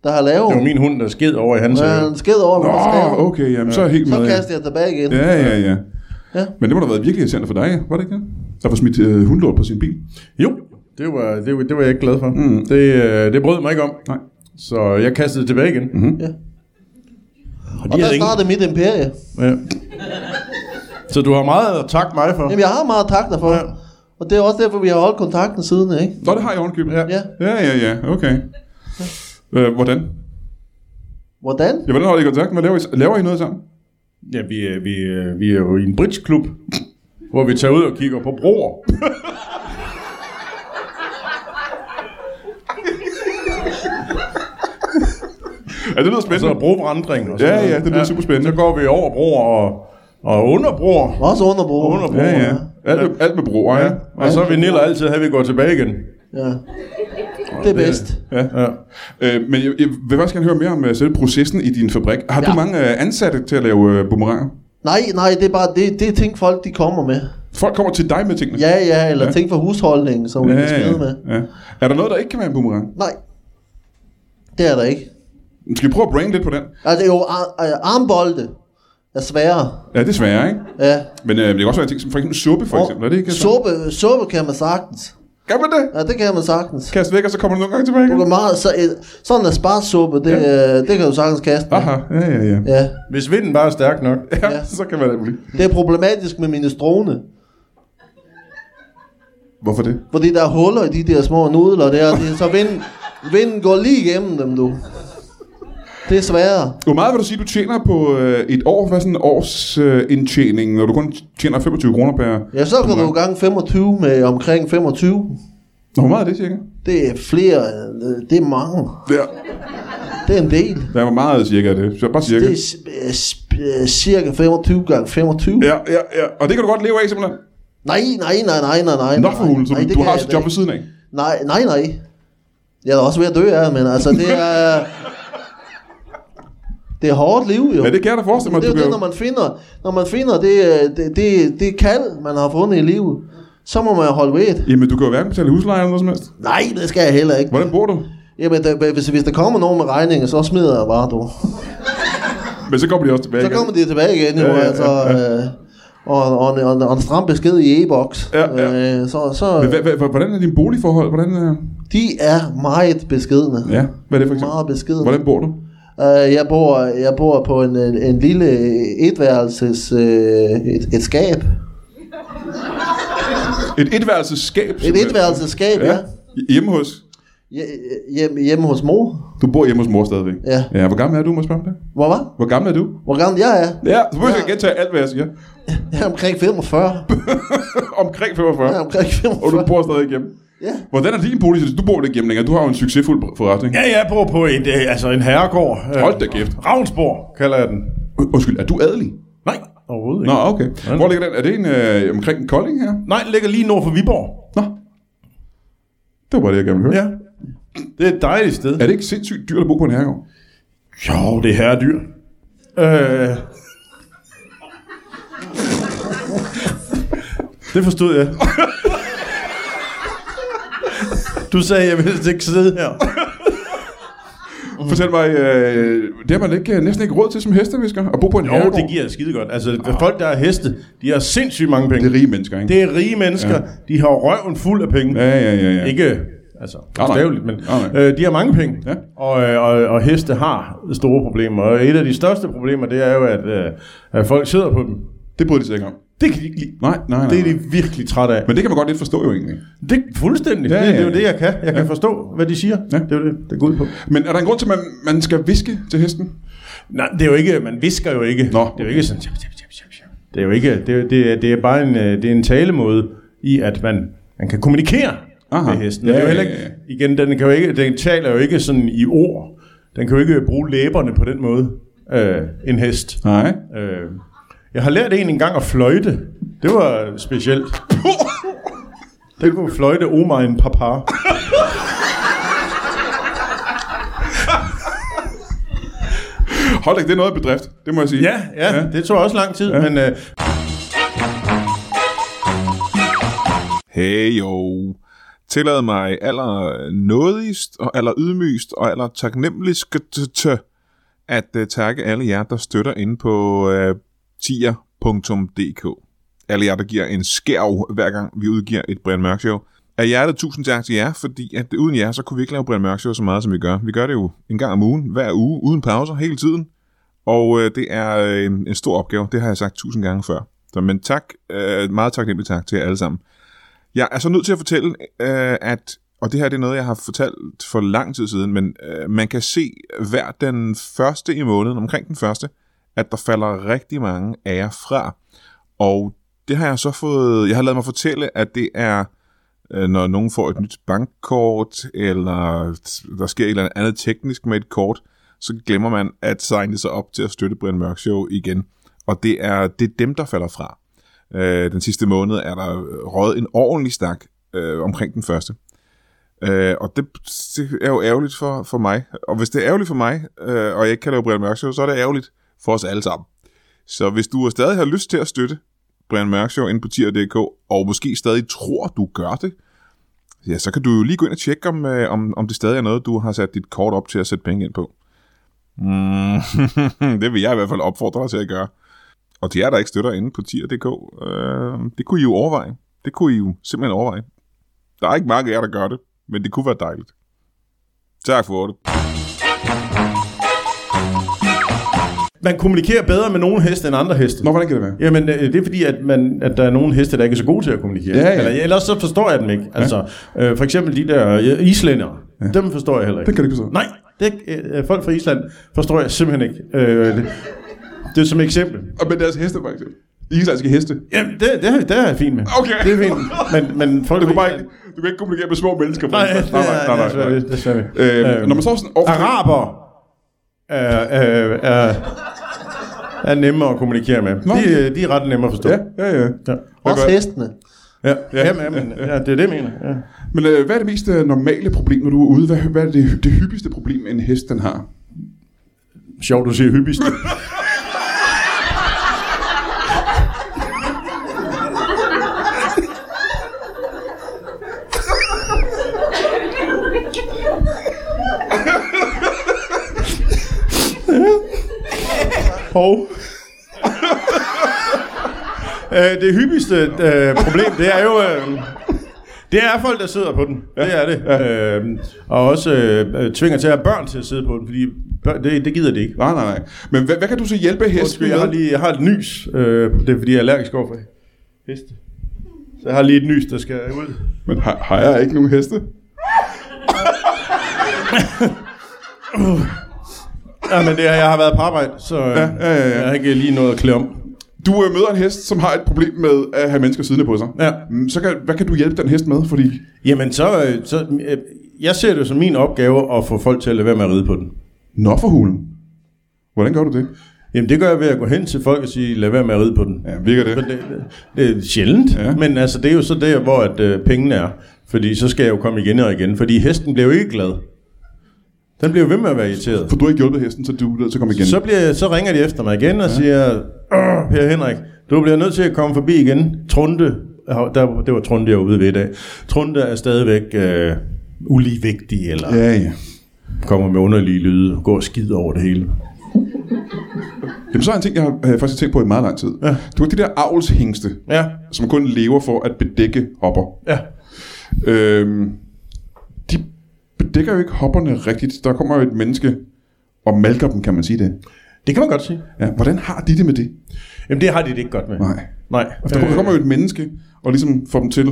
Speaker 3: der har lavet.
Speaker 4: det var min hund, der sked over i hans
Speaker 3: Ja,
Speaker 4: have.
Speaker 3: en skid over, hvor
Speaker 2: Åh,
Speaker 3: oh,
Speaker 2: okay, jamen, så er jeg helt
Speaker 3: Så
Speaker 2: med. ja.
Speaker 3: kaster jeg tilbage igen.
Speaker 2: Ja, ja, ja.
Speaker 3: Ja.
Speaker 2: Men det må da have været virkelig irriterende for dig, var det ikke det? At få smidt øh, hundelort på sin bil.
Speaker 4: Jo, det var, det, var, det var jeg ikke glad for. Mm. Det, øh, det brød mig ikke om.
Speaker 2: Nej.
Speaker 4: Så jeg kastede det tilbage igen. Mm-hmm.
Speaker 3: Ja.
Speaker 4: Og de
Speaker 3: Og der
Speaker 4: havde ingen...
Speaker 3: startede mit imperie.
Speaker 4: Ja. Så du har meget at takke mig for.
Speaker 3: Jamen, jeg har meget tak derfor.
Speaker 4: Ja.
Speaker 3: Og det er også derfor, vi har holdt kontakten siden, ikke?
Speaker 2: Nå, det har jeg ovenkøbet.
Speaker 4: Ja.
Speaker 3: Ja.
Speaker 2: ja, ja, ja, okay. Øh, hvordan?
Speaker 3: Hvordan?
Speaker 2: Ja, hvordan holder I kontakt? Hvad laver I, laver I noget sammen?
Speaker 4: Ja, vi, er- vi, er- vi er jo i en bridgeklub, hvor vi tager ud og kigger på broer.
Speaker 2: Ja, det lyder
Speaker 4: Altså
Speaker 2: spændende.
Speaker 4: brovandring og
Speaker 2: Ja,
Speaker 4: sådan noget.
Speaker 2: ja, det lyder super spændende.
Speaker 4: Så går vi over broer og, og under broer.
Speaker 3: Også underbrug.
Speaker 4: Underbrug.
Speaker 2: Ja, ja. Alt, med, alt med broer, ja.
Speaker 4: Ja. Og så vil Niller altid have, at vi går tilbage igen.
Speaker 3: Ja. Det er bedst.
Speaker 2: ja.
Speaker 4: Ja.
Speaker 2: Øh, men jeg, jeg vil faktisk gerne høre mere om øh, selve processen i din fabrik. Har ja. du
Speaker 3: Ja.
Speaker 2: mange øh, ansatte til at lave øh, boomeranger?
Speaker 3: Nej, nej, det er bare det, det er ting, folk de kommer med.
Speaker 2: Folk kommer til dig med tingene?
Speaker 3: Ja, ja, eller
Speaker 2: Ja.
Speaker 3: ting fra husholdningen, som vi kan skide med.
Speaker 2: ja. Er der noget, der ikke kan være en boomerang?
Speaker 3: Nej. Det er der ikke.
Speaker 2: Skal vi prøve at brain lidt på den?
Speaker 3: Altså jo, ar- øh, armbolde er sværere.
Speaker 2: Ja, desværre, ikke?
Speaker 3: Ja.
Speaker 2: Men øh, det kan også være ting som for eksempel suppe, for eksempel. Er det ikke sådan?
Speaker 3: Suppe, suppe kan man sagtens.
Speaker 2: Kan man det?
Speaker 3: Ja, det kan man sagtens.
Speaker 2: Kast væk, og så kommer du nogle gange tilbage
Speaker 3: Du
Speaker 2: igen.
Speaker 3: kan meget, så, øh, sådan en sparsuppe, det, ja. det kan du sagtens kaste. med.
Speaker 2: Aha, ja, ja, ja.
Speaker 3: Ja.
Speaker 4: Hvis vinden bare er stærk nok.
Speaker 2: Ja, så kan man alt muligt.
Speaker 3: Det er problematisk med minestrone.
Speaker 2: Hvorfor det?
Speaker 3: Fordi der er huller i de der små nudler der, det, så vinden, vinden går lige igennem dem, du. Det er sværere.
Speaker 2: Hvor meget vil du sige, du tjener på øh, et år? Hvad er sådan en års øh, indtjening, når du kun tjener 25 kroner per...
Speaker 3: Ja, så kan du gange 25 med omkring 25.
Speaker 2: Nå, hvor meget er det cirka?
Speaker 3: Det er flere, øh, det er mange.
Speaker 2: Der.
Speaker 3: Det er en del.
Speaker 2: Der var meget cirka er det. Så bare cirka.
Speaker 3: Det er s- øh, s- øh, cirka 25 gange 25.
Speaker 2: Ja, ja, ja. Og det kan du godt leve af, simpelthen.
Speaker 3: Nej, nej, nej, nej, nej, nej.
Speaker 2: Nå for hulen, så
Speaker 3: Nej,
Speaker 2: du,
Speaker 3: det
Speaker 2: du
Speaker 3: kan
Speaker 2: har
Speaker 3: jeg
Speaker 2: også et job ved
Speaker 3: ikke.
Speaker 2: siden af.
Speaker 3: Nej, nej, nej. Jeg er da også ved at dø af, men altså, det er... det er hårdt liv, jo.
Speaker 2: Ja, det kan jeg da forestille mig.
Speaker 3: det er
Speaker 2: du
Speaker 3: jo det,
Speaker 2: kan...
Speaker 3: når man finder, når man finder det, øh, det, det, det kald, man har fundet i livet, så må man jo holde ved det.
Speaker 2: Jamen, du kan jo hverken betale husleje eller noget som helst.
Speaker 3: Nej, det skal jeg heller ikke.
Speaker 2: Hvordan bor du?
Speaker 3: Jamen, der, hvis, hvis der kommer nogen med regninger, så smider jeg bare, du.
Speaker 2: Men så kommer de også tilbage
Speaker 3: Så
Speaker 2: igen.
Speaker 3: kommer de tilbage igen, jo,
Speaker 2: Ja, ja, ja,
Speaker 3: altså... Øh, og, og, en- og, en- og, en stram besked i e-boks.
Speaker 2: Ja, ja.
Speaker 3: Øh, så,
Speaker 2: Men
Speaker 3: så
Speaker 2: hvad- hvad- hvordan er dine boligforhold? Hvordan, øh,
Speaker 3: de er meget beskedne.
Speaker 2: ja, hvad er det for
Speaker 3: Meget
Speaker 2: eksempel?
Speaker 3: beskedne.
Speaker 2: Hvordan bor du?
Speaker 3: Øh, jeg, bor, jeg bor på en, en, en lille etværelses... Øh, et, et skab.
Speaker 2: Et etværelsesskab.
Speaker 3: Et
Speaker 2: simpelthen.
Speaker 3: etværelsesskab, ja.
Speaker 2: Ja.
Speaker 3: ja.
Speaker 2: Hjemme hos?
Speaker 3: Hjem- Hjem, hjemme hos mor.
Speaker 2: Du bor hjemme hos mor stadigvæk.
Speaker 3: Ja.
Speaker 2: ja. hvor gammel er du, må jeg spørge om det?
Speaker 3: Hvor var?
Speaker 2: Hvor gammel er du?
Speaker 3: Hvor gammel jeg er?
Speaker 2: Ja, så behøver jeg
Speaker 3: Ja.
Speaker 2: ikke gentage alt, hvad jeg siger.
Speaker 3: Jeg er omkring 45.
Speaker 2: Omkring 45.
Speaker 3: Jeg er omkring
Speaker 2: Og du
Speaker 3: 45.
Speaker 2: bor stadig hjemme.
Speaker 3: Ja.
Speaker 2: Hvordan er din bolig? Du bor jo ikke hjemme længere. Du har jo en succesfuld forretning.
Speaker 4: Ja, jeg bor på et, øh, altså en herregård. Øh,
Speaker 2: Hold da kæft.
Speaker 4: Ravnsborg kalder jeg den.
Speaker 2: U- Undskyld, er du adelig?
Speaker 4: Nej, overhovedet
Speaker 2: Nå,
Speaker 4: ikke.
Speaker 2: okay. Hvor ligger den? Er det en øh, omkring en kolding her?
Speaker 4: Nej, den ligger lige nord for Viborg.
Speaker 2: Nå. Det var bare det, jeg gerne ville høre.
Speaker 4: Ja. Det er et dejligt sted.
Speaker 2: Er det ikke sindssygt dyrt at bo på en herregård?
Speaker 4: Jo, det her er dyr. Øh. Det forstod jeg. Du sagde, jeg ville ikke sidde her. Mm.
Speaker 2: Fortæl mig, øh, det har man ikke, øh, næsten ikke råd til som hestevisker at bo på en
Speaker 4: Jo,
Speaker 2: herregård.
Speaker 4: det giver skide godt. Altså, folk, der er heste, de har sindssygt mange
Speaker 2: Det
Speaker 4: penge.
Speaker 2: er rige mennesker, ikke?
Speaker 4: Det er rige mennesker.
Speaker 2: Ja.
Speaker 4: Ja. De har røven fuld af penge.
Speaker 2: Ja, ja, ja, ja.
Speaker 4: Ikke, altså,
Speaker 2: nej.
Speaker 4: bogstaveligt, men
Speaker 2: Nej, nej.
Speaker 4: øh, de har mange penge.
Speaker 2: Ja.
Speaker 4: Og, øh, og, og heste har store problemer. Og et af de største problemer, det er jo, at, øh, at folk sidder på dem.
Speaker 2: Det bryder de sig ikke om.
Speaker 4: Det kan de ikke lide.
Speaker 2: Nej, nej, nej.
Speaker 4: Det er de virkelig trætte af.
Speaker 2: Men det kan man godt lidt forstå jo egentlig.
Speaker 4: Det fuldstændig.
Speaker 2: Ja,
Speaker 4: Ja,
Speaker 2: ja,
Speaker 4: det, det er jo
Speaker 2: ja.
Speaker 4: det, jeg kan. Jeg kan forstå, hvad de siger.
Speaker 2: Ja.
Speaker 4: Det er jo det, det går ud på.
Speaker 2: Men er der en grund til, at man, man skal viske til hesten?
Speaker 4: Nej, det er jo ikke... Man visker jo ikke.
Speaker 2: Nå.
Speaker 4: Det er jo ikke sådan... tjap, tjap, tjap, tjap, tjap. Det er jo ikke... Det er, det er, det er bare en, øh, det er en talemåde i, at man, man kan kommunikere
Speaker 2: Aha.
Speaker 4: Aha. med hesten.
Speaker 2: Ja,
Speaker 4: Ja, det er jo
Speaker 2: ja,
Speaker 4: heller
Speaker 2: ja,
Speaker 4: ikke... Igen, den, kan jo ikke, den taler jo ikke sådan i ord. Den kan jo ikke bruge læberne på den måde. Øh, en hest.
Speaker 2: Nej.
Speaker 4: Øh, jeg har lært en engang at fløjte. Det var specielt. Den kunne fløjte oh my papa.
Speaker 2: Hold da, det er noget af bedrift. Det må jeg sige.
Speaker 4: Ja, ja, ja, det tog også lang tid, ja. men øh,
Speaker 1: Hey jo. Tillad mig aller nådigst og aller ydmygst og aller taknemmeligst at uh, takke alle jer, der støtter inde på uh, tier.dk. Alle jer, der giver en skærv, hver gang vi udgiver et Brian Mørk Show. Af hjertet tusind tak til jer, fordi at uden jer, så kunne vi ikke lave Brian Mørk Show så meget, som vi gør. Vi gør det jo en gang om ugen, hver uge, uden pauser, hele tiden. Og øh, det er øh, en stor opgave, det har jeg sagt tusind gange før. Så, men tak, øh, meget taknemmelig tak til jer alle sammen. Jeg er så nødt til at fortælle, øh, at, og det her det er noget, jeg har fortalt for lang tid siden, men øh, man kan se hver den første i måneden, omkring den første, at der falder rigtig mange af jer fra. Og det har jeg så fået, jeg har lavet mig fortælle, at det er, øh, når nogen får et nyt bankkort, eller der sker et eller andet teknisk med et kort, så glemmer man at signe sig op til at støtte Brian Mørk Show igen. Og det er, det er dem, der falder fra. Øh, den sidste måned er der øh, røget en ordentlig stak øh, omkring den første. Øh, og det, det er jo ærgerligt for, for mig. Og hvis det er ærgerligt for mig, øh, og jeg ikke kan lave Brian Mørk Show, så er det ærgerligt for os alle sammen. Så hvis du stadig har lyst til at støtte Brian Mørk Show inde på tier.dk, og måske stadig tror, du gør det, Ja, så kan du jo lige gå ind og tjekke, om, øh, om, om det stadig er noget, du har sat dit kort op til at sætte penge ind på. Mm, det vil jeg i hvert fald opfordre dig til at gøre. Og til jer, der ikke støtter inde på tier.dk, øh, det kunne I jo overveje. Det kunne I jo simpelthen overveje. Der er ikke mange af jer, der gør det, men det kunne være dejligt. Tak for det.
Speaker 4: Man kommunikerer bedre med nogle heste end andre heste.
Speaker 2: Nå, hvordan kan det være?
Speaker 4: Jamen, øh, det er fordi, at, man, at der er nogle heste, der ikke er så gode til at kommunikere.
Speaker 2: Ja, ja.
Speaker 4: Eller, ellers så forstår jeg dem ikke. Altså, øh, for eksempel de der øh, islændere. Ja. Dem forstår jeg heller ikke.
Speaker 2: Det kan du ikke forstå.
Speaker 4: Nej, det, øh, folk fra Island forstår jeg simpelthen ikke. Øh, det, det er som eksempel.
Speaker 2: Og med deres heste, for eksempel. De islandske heste.
Speaker 4: Jamen, det, det, er, det er jeg fint med.
Speaker 2: Okay.
Speaker 4: Det er fint. Men, men folk
Speaker 2: Du kan,
Speaker 4: fra
Speaker 2: bare
Speaker 4: Island-
Speaker 2: ikke, du kan ikke kommunikere med små mennesker. for
Speaker 4: Nej, det
Speaker 2: eksempel.
Speaker 4: er, nej, nej, nej, Øhm. nej.
Speaker 2: Øh, når man så sådan... Over,
Speaker 4: Araber er, er, er, er nemmere at kommunikere med.
Speaker 2: Nå.
Speaker 4: De, øh, de er ret nemme at forstå.
Speaker 2: Ja, ja, ja.
Speaker 4: Ja.
Speaker 3: Også hestene.
Speaker 4: Ja,
Speaker 2: Ja.
Speaker 4: ja, jamen, jamen, ja, det er det, jeg mener. Ja.
Speaker 2: Men øh, hvad er det mest øh, normale problem, når du er ude? Hvad, hvad er det, hy- det hyppigste problem, en hest den har?
Speaker 4: Sjovt, du siger hyppigst. Hov. Øh, det hyppigste øh, problem, det er jo... Øh, det er folk, der sidder på den. Ja. Det er det. Ja. Øh, og også øh, øh, tvinger til at have børn til at sidde på den, fordi børn, det, det gider det ikke.
Speaker 2: Nej, nej, nej. Men hvad, hvad kan du så hjælpe hesten
Speaker 4: Undskyld, jeg har,
Speaker 2: med?
Speaker 4: lige, jeg har et nys. Øh, det er fordi, jeg er allergisk overfor heste. Så jeg har lige et nys, der skal ud.
Speaker 2: Men har, har jeg ikke nogen heste?
Speaker 4: Ja, men det er, jeg har været på arbejde, så ja, ja,
Speaker 2: ja, ja.
Speaker 4: jeg har ikke lige noget at klæde om.
Speaker 2: Du øh, møder en hest, som har et problem med at have mennesker siddende på sig.
Speaker 4: Ja.
Speaker 2: Mm, Så kan, hvad kan du hjælpe den hest med? Fordi
Speaker 4: Jamen, så, øh, så øh, jeg ser det som min opgave at få folk til at lade være med at ride på den.
Speaker 2: Nå for hulen. Hvordan gør du det?
Speaker 4: Jamen, det gør jeg ved at gå hen til folk og sige, lad være med at ride på den.
Speaker 2: Ja, virker det?
Speaker 4: Men det, det er sjældent,
Speaker 2: Ja.
Speaker 4: ja. men altså, det er jo så der, hvor at, øh, pengene er. Fordi så skal jeg jo komme igen og igen, fordi hesten bliver jo ikke glad. Den bliver jo ved med at være irriteret.
Speaker 2: For du har ikke hjulpet hesten, så du er nødt til at komme igen.
Speaker 4: Så, bliver, så ringer de efter mig igen og ja. siger, "Åh, Per Henrik, du bliver nødt til at komme forbi igen. Trunde, Hov, der, det var Trunde, jeg var ude ved i dag. Trunde er stadigvæk øh, uligvægtig, eller ja.
Speaker 2: Ja, ja.
Speaker 4: kommer med underlige lyde, går og skider over det hele.
Speaker 2: Jamen, så er en ting, jeg har øh, faktisk tænkt på i meget lang tid. Ja. Du har de der avlshængste,
Speaker 4: Ja,
Speaker 2: som kun lever for at bedække hopper.
Speaker 4: ja.
Speaker 2: Øhm, de bedækker jo ikke hopperne rigtigt. Der kommer jo et menneske og malker dem, kan man sige det.
Speaker 4: Det kan man godt sige.
Speaker 2: Ja, hvordan har de det med det?
Speaker 4: Jamen, det har de det ikke godt med.
Speaker 2: Nej.
Speaker 4: Nej. Øh,
Speaker 2: Der kommer jo et menneske og ligesom får dem til.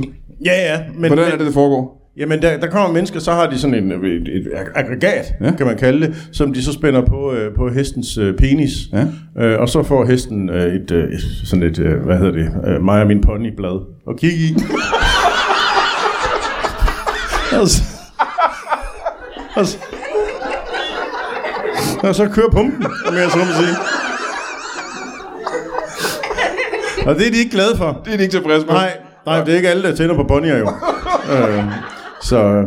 Speaker 4: Ja, ja. Men,
Speaker 2: Hvordan er
Speaker 4: men-
Speaker 2: det, det foregår?
Speaker 4: Jamen, der, der kommer mennesker, så har de sådan en, øh, et, et ag- aggregat,
Speaker 2: Ja.
Speaker 4: ja. kan man kalde det, som de så spænder på, øh, på hestens øh, penis.
Speaker 2: Ja.
Speaker 4: Øh, og så får hesten øh, et, øh, sådan et, øh, hvad hedder det, øh, mig og min pony blad at kigge i. og, så, og, så, og så kører pumpen, om jeg så må sige. Og det er de ikke glade for.
Speaker 2: Det er de ikke tilfredse med.
Speaker 4: Nej, nej, det er ikke alle, der tænder på bonnier jo. øh, så,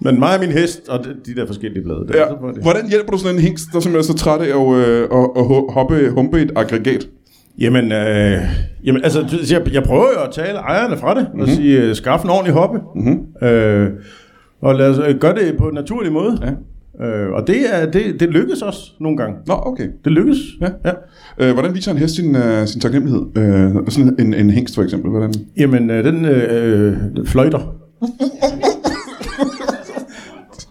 Speaker 4: men mig og min hest, og de- de der forskellige blade. Der,
Speaker 2: Ja.
Speaker 4: så får det.
Speaker 2: Hvordan hjælper du sådan en hingst, der simpelthen er så træt af at, øh, at, at ho- hoppe, humpe et aggregat?
Speaker 4: Jamen, øh, jamen altså, du- jeg, jeg prøver jo at tale ejerne fra det, mm-hmm.
Speaker 2: Mhm.
Speaker 4: og sige, øh, skaf en ordentlig hoppe. Mm-hmm. Øh, og lad os øh, gøre det på en naturlig måde.
Speaker 2: Ja.
Speaker 4: Øh, og det, er, det, det lykkes også nogle gange.
Speaker 2: Nå, okay.
Speaker 4: Det lykkes.
Speaker 2: Ja.
Speaker 4: ja.
Speaker 2: Øh, hvordan viser en hest sin, øh, sin taknemmelighed? Øh, sådan en, en hingst for eksempel. Hvordan?
Speaker 4: Jamen, øh, den øh, øh, fløjter.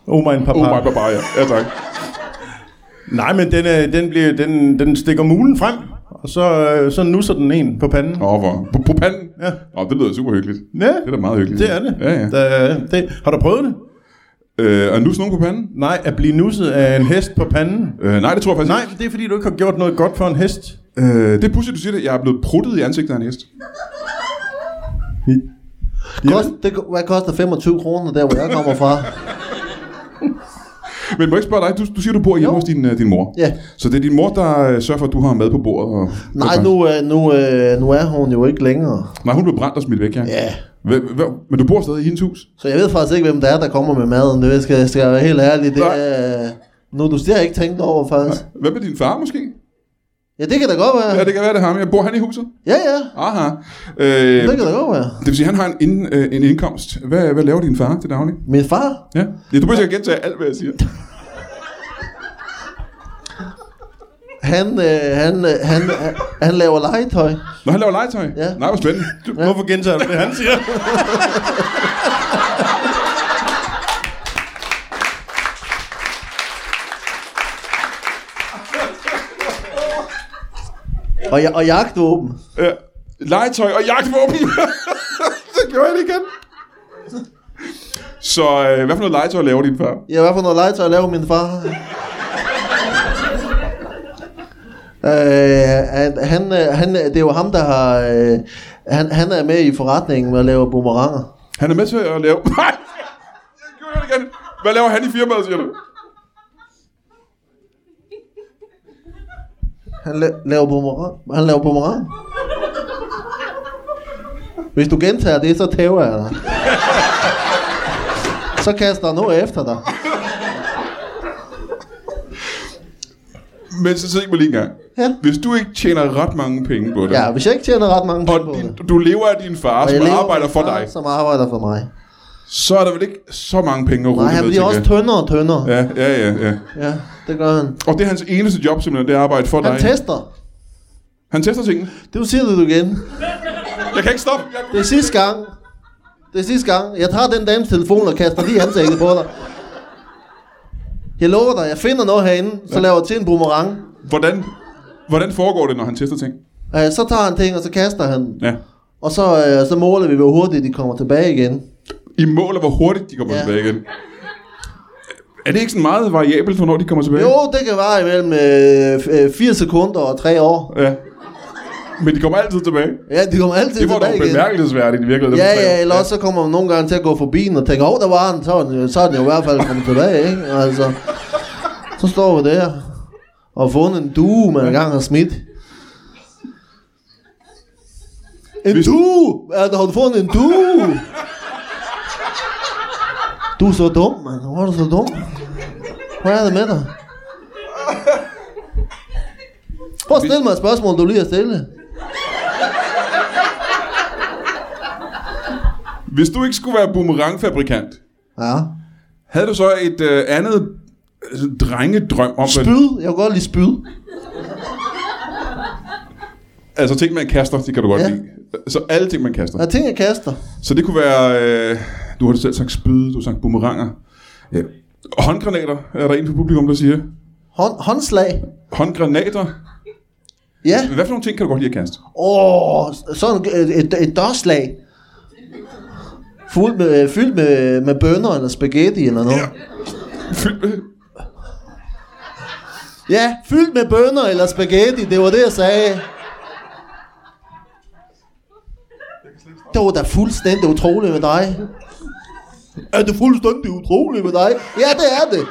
Speaker 4: oh my papa.
Speaker 2: Oh my baba, ja. ja tak.
Speaker 4: Nej, men den, øh, den, bliver, den, den stikker mulen frem, og så, øh, så nusser den en på panden.
Speaker 2: Nå, hvor, på, på panden?
Speaker 4: Ja.
Speaker 2: Nå, det lyder super hyggeligt.
Speaker 4: Ja,
Speaker 2: Det er da meget hyggeligt.
Speaker 4: det er det.
Speaker 2: Ja, ja.
Speaker 4: Da, det. Har du prøvet det?
Speaker 2: Øh, og nu er nogen på panden?
Speaker 4: Nej, at blive nusset af en hest på panden.
Speaker 2: Øh, nej, det tror jeg faktisk
Speaker 4: Nej, det er fordi, du ikke har gjort noget godt for en hest.
Speaker 2: ikke. Øh, det er pudsigt, du siger det. Jeg er blevet pruttet i ansigtet af en hest.
Speaker 3: Kost, det, hvad koster 25 kroner, der hvor jeg kommer fra?
Speaker 2: Men må jeg ikke spørge dig, du, du siger, du bor hjemme
Speaker 3: Jo.
Speaker 2: hos din, øh, din mor.
Speaker 3: Ja.
Speaker 2: Så det er din mor, der øh, sørger for, at du har mad på bordet. Og,
Speaker 3: Nej, nu, øh, nu, øh, nu er hun jo ikke længere.
Speaker 2: Nej, hun blev brændt og smidt væk, ja.
Speaker 3: Ja,
Speaker 2: Hva- hva- Men du bor stadig i hendes hus?
Speaker 3: så jeg ved faktisk ikke, hvem der er, der kommer med maden. Det skal, skal jeg være helt ærlig. Det øh,
Speaker 2: Nej.
Speaker 3: er... Nu, du har jeg ikke tænkt over, faktisk.
Speaker 2: Hvad med din far måske?
Speaker 3: Ja, det kan da godt være.
Speaker 2: Ja, det kan være, det er ham. Jeg bor han i huset?
Speaker 3: Ja, ja.
Speaker 2: Aha. Øh,
Speaker 3: Det kan da godt være.
Speaker 2: det vil sige, han har en, ind, øh, en indkomst. Hvad, hvad laver din far til daglig?
Speaker 3: Min far?
Speaker 2: Ja. ja du behøver ikke at gentage alt, hvad jeg siger.
Speaker 3: Han, øh, han, øh, han, han, han laver legetøj.
Speaker 2: Når han laver legetøj?
Speaker 3: Ja.
Speaker 2: Nej, hvor spændende. Du,
Speaker 4: Ja. Hvorfor gentager du det, han siger?
Speaker 3: Og, ja- og jagtvåben.
Speaker 2: øh, legetøj og jagtvåben. det gjorde jeg det igen. Så øh, hvad for noget legetøj laver din far?
Speaker 3: Ja, hvad for noget legetøj laver min far? Øh, han, han, øh, han, det er jo ham, der har... Øh, han, han er med i forretningen med at lave boomeranger.
Speaker 2: Han er med til at lave... Nej! Jeg gjorde det igen. Hvad laver han i firmaet, siger du?
Speaker 3: Han la- laver boomerang. Han laver boomerang. Hvis du gentager det, så tæver jeg dig. Så kaster jeg noget efter dig.
Speaker 2: Men så se mig lige en gang.
Speaker 3: Ja.
Speaker 2: Hvis du ikke tjener ret mange penge på det,
Speaker 3: Ja, hvis jeg ikke tjener ret mange
Speaker 2: og
Speaker 3: penge på det.
Speaker 2: din, du lever af din far,
Speaker 3: og jeg
Speaker 2: som
Speaker 3: lever
Speaker 2: arbejder
Speaker 3: med
Speaker 2: for
Speaker 3: en far,
Speaker 2: dig,
Speaker 3: Som arbejder for mig.
Speaker 2: så er der vel ikke så mange penge at
Speaker 3: Nej,
Speaker 2: rute
Speaker 3: han
Speaker 2: med,
Speaker 3: bliver
Speaker 2: tænker
Speaker 3: også
Speaker 2: jeg.
Speaker 3: tyndere og tyndere. Ja.
Speaker 2: Ja, ja, ja, ja.
Speaker 3: ja, det gør han.
Speaker 2: Og det er hans eneste job simpelthen, det er at arbejde for
Speaker 3: Han
Speaker 2: dig.
Speaker 3: tester.
Speaker 2: han tester tingene.
Speaker 3: Du siger det du igen.
Speaker 2: Jeg kan ikke stoppe. Jeg...
Speaker 3: Det er sidste gang. Det er sidste gang. Jeg tager den dames telefon og kaster lige ansigtet på dig. Jeg lover dig, jeg finder noget herinde, så laver jeg til en boomerang.
Speaker 2: Hvordan, hvordan foregår det, når han tester ting?
Speaker 3: Øh, Så tager han ting, og så kaster han den.
Speaker 2: Ja.
Speaker 3: Og så, øh, så måler vi, hvor hurtigt de kommer tilbage igen.
Speaker 2: I måler, hvor hurtigt de kommer
Speaker 3: Ja.
Speaker 2: ja. tilbage igen. Er det ikke sådan meget variabelt, hvornår de kommer tilbage?
Speaker 3: Jo, det kan være imellem øh, 4 sekunder og 3 år.
Speaker 2: Ja. Men de kommer altid tilbage.
Speaker 3: Ja, de kommer altid
Speaker 2: Det var dog
Speaker 3: tilbage igen.
Speaker 2: bemærkelsesværdigt i virkeligheden.
Speaker 3: Ja,
Speaker 2: dem tre år.
Speaker 3: ja, eller også så kommer man nogle gange til at gå forbi den og tænker, åh, oh, der var den, så er den, jo- så er den jo i hvert fald kommet tilbage, ikke? Altså, så står vi der og har fundet en due, man engang har smidt. En
Speaker 2: Hvis-
Speaker 3: due! Ja, der har du fundet en due! Du er så dum, mand. Hvor er du så dum? Hvad er det med dig? Prøv at stille mig et spørgsmål, du lige har stillet.
Speaker 2: Hvis du ikke skulle være boomerangfabrikant,
Speaker 3: Ja.
Speaker 2: havde du så et øh, andet altså, drengedrøm om, at,
Speaker 3: Spyd. Jeg kan godt lide spyd.
Speaker 2: altså ting, man kaster, det kan du godt
Speaker 3: Ja.
Speaker 2: ja. lide. Så alle ting, man kaster.
Speaker 3: Der er ting, jeg kaster.
Speaker 2: Så det kunne være, øh, du har selv sagt spyd, du har sagt boomeranger. Ja. Håndgranater, er der en på publikum, der siger.
Speaker 3: Hånd, håndslag.
Speaker 2: Håndgranater.
Speaker 3: Ja.
Speaker 2: Hvad for nogle ting kan du godt lide at kaste?
Speaker 3: Åh, sådan et, et, et dørslag. Fuld med, fyldt med, med bønner eller spaghetti eller noget. Ja.
Speaker 2: Fyldt med...
Speaker 3: ja, fyldt med bønner eller spaghetti, det var det, jeg sagde. Det var da fuldstændig utroligt med dig. Er det fuldstændig utroligt med dig? Ja, det er det.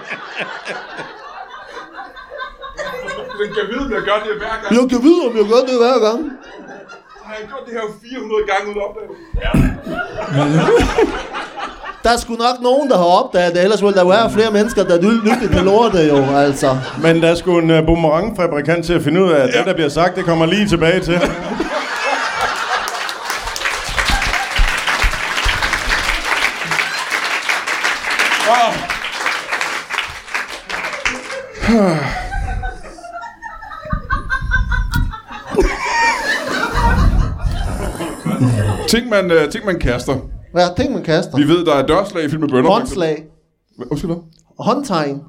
Speaker 2: Den kan vide, at jeg gør det hver gang.
Speaker 3: Jeg kan vide, om jeg gør det hver gang.
Speaker 2: Har jeg gjort det her 400 gange uden opdagelse?
Speaker 3: Der er sgu nok nogen, der har opdaget det. Ellers ville der være flere mennesker, der lyttede til lortet jo, altså.
Speaker 4: Men der skulle en uh, boomerangfabrikant til at finde ud af, at ja. det, der bliver sagt, det kommer lige tilbage til.
Speaker 2: Ah. ting, man, øh, ting, man kaster.
Speaker 3: Hvad er ting, man kaster?
Speaker 2: Vi ved, der er dørslag fyldt med bønder.
Speaker 3: Håndslag.
Speaker 2: Hva- Undskyld hvad?
Speaker 3: Håndtegn.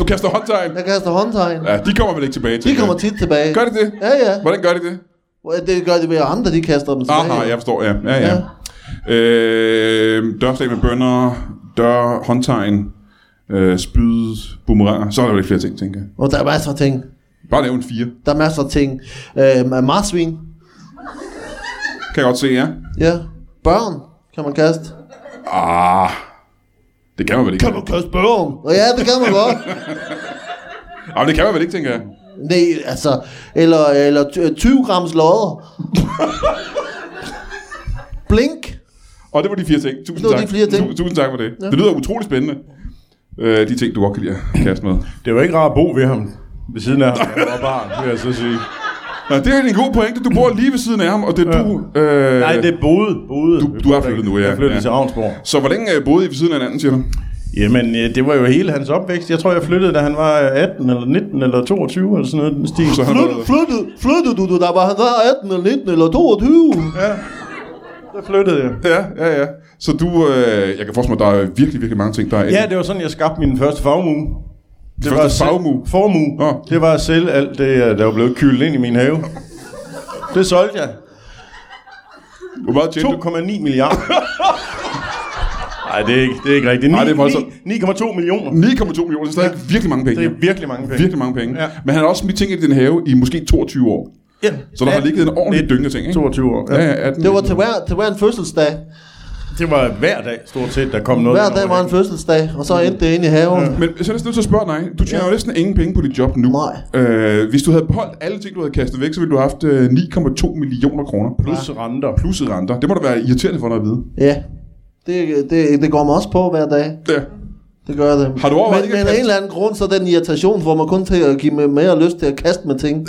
Speaker 2: Du kaster håndtegn.
Speaker 3: Jeg kaster håndtegn.
Speaker 2: Ja, de kommer vel ikke tilbage til.
Speaker 3: De kommer tit tilbage.
Speaker 2: Gør de det?
Speaker 3: Ja, ja.
Speaker 2: Hvordan gør de det?
Speaker 3: Det gør de ved, at andre de kaster dem tilbage.
Speaker 2: Aha, jeg forstår, ja. ja, ja. Øh, dørslag med bønder, dør, håndtegn, øh, spyd, boomeranger. Så er der vel ikke flere ting, tænker jeg.
Speaker 3: Og der er masser af ting.
Speaker 2: Bare nævn fire.
Speaker 3: Der er masser af ting. Øh, marsvin.
Speaker 2: Kan jeg godt se, ja.
Speaker 3: Ja. Børn kan man kaste.
Speaker 2: Ah, det kan man vel ikke.
Speaker 3: man kaste børn? Og ja, det kan man godt.
Speaker 2: Ah, men det kan man vel ikke, tænker jeg.
Speaker 3: Nej, altså. Eller, eller ty- 20 grams lodder. Blink.
Speaker 2: Og det var de fire ting. Tusind
Speaker 3: Det var
Speaker 2: tak.
Speaker 3: de fire ting.
Speaker 2: Tu- Tusind tak for det. Ja. Det lyder utrolig spændende. Øh, de ting, du godt kan lide at kaste med.
Speaker 4: Det var ikke rart at bo ved ham. Ved siden af ham, der var barn, vil jeg så sige.
Speaker 2: Ja, det er en god pointe. Du bor lige ved siden af ham, og det er du... Øh,
Speaker 4: Nej, det er Bode. Bode.
Speaker 2: Du- du
Speaker 4: Vi
Speaker 2: er
Speaker 4: bor der
Speaker 2: flyttet
Speaker 4: ikke.
Speaker 2: nu, ja.
Speaker 4: Jeg flyttede
Speaker 2: Ja.
Speaker 4: til Ravnsborg.
Speaker 2: Så hvor længe øh, boede I ved siden af hinanden, siger du?
Speaker 4: Jamen, øh, det var jo hele hans opvækst. Jeg tror, jeg flyttede, da han var øh, 18 eller 19 eller 22 eller sådan noget. i Den stil.
Speaker 2: Så han har
Speaker 3: Flyttede,
Speaker 2: været-
Speaker 3: flyttede, flyttede du, du, der var han var 18 eller 19 eller 22?
Speaker 4: Der flyttede jeg.
Speaker 2: Ja, ja, ja. Så du... Øh, jeg kan forestille mig, at der er virkelig, virkelig mange ting, der er...
Speaker 4: Ja, det var sådan, jeg skabte min første fagmue. Det
Speaker 2: Første
Speaker 4: var at sæl-
Speaker 2: fagmue?
Speaker 4: Formue.
Speaker 2: Nå.
Speaker 4: Det var at sælge alt det, øh, der var blevet kyldet ind i min have. Det solgte jeg.
Speaker 2: Hvor meget tjente du?
Speaker 4: 2,9 milliarder. Nej, det er ikke, det er ikke rigtigt. 9,
Speaker 2: Ej,
Speaker 4: Ej,
Speaker 2: det er voldsomt.
Speaker 4: 9,2 millioner.
Speaker 2: 9,2 millioner, det er stadig virkelig mange penge.
Speaker 4: Det er virkelig mange penge.
Speaker 2: virkelig mange penge. Ja.
Speaker 4: Ja.
Speaker 2: Men han har også smidt ting i din have i måske 22 år.
Speaker 4: Ja.
Speaker 2: Så der har ligget en ordentlig
Speaker 4: Lidt.
Speaker 2: dynge af ting, ikke?
Speaker 4: 22 år.
Speaker 2: Ja, ja, 18.
Speaker 3: Det var til hver, til hver en fødselsdag.
Speaker 4: Det var hver dag, stort set, der kom noget.
Speaker 3: Hver
Speaker 4: ind
Speaker 3: dag
Speaker 4: over
Speaker 3: var
Speaker 4: det.
Speaker 3: en fødselsdag, og så endte det ind i haven.
Speaker 2: Men så er jeg næsten nødt til at spørge dig. Du tjener ja. jo næsten ingen penge på dit job nu.
Speaker 3: Nej.
Speaker 2: Øh, hvis du havde beholdt alle ting, du havde kastet væk, så ville du have haft øh, 9,2 millioner kroner. Plus,
Speaker 4: Plus renter.
Speaker 2: plus i renter. Det må da være irriterende for dig at vide.
Speaker 3: Ja. Det, det, det går mig også på hver dag.
Speaker 2: Ja.
Speaker 3: Det gør det.
Speaker 2: Har du overvejet
Speaker 3: men,
Speaker 2: ikke
Speaker 3: men
Speaker 2: at
Speaker 3: af
Speaker 2: kaste-
Speaker 3: en eller anden grund, så er den irritation får mig kun til at give mig mere lyst til at kaste med ting.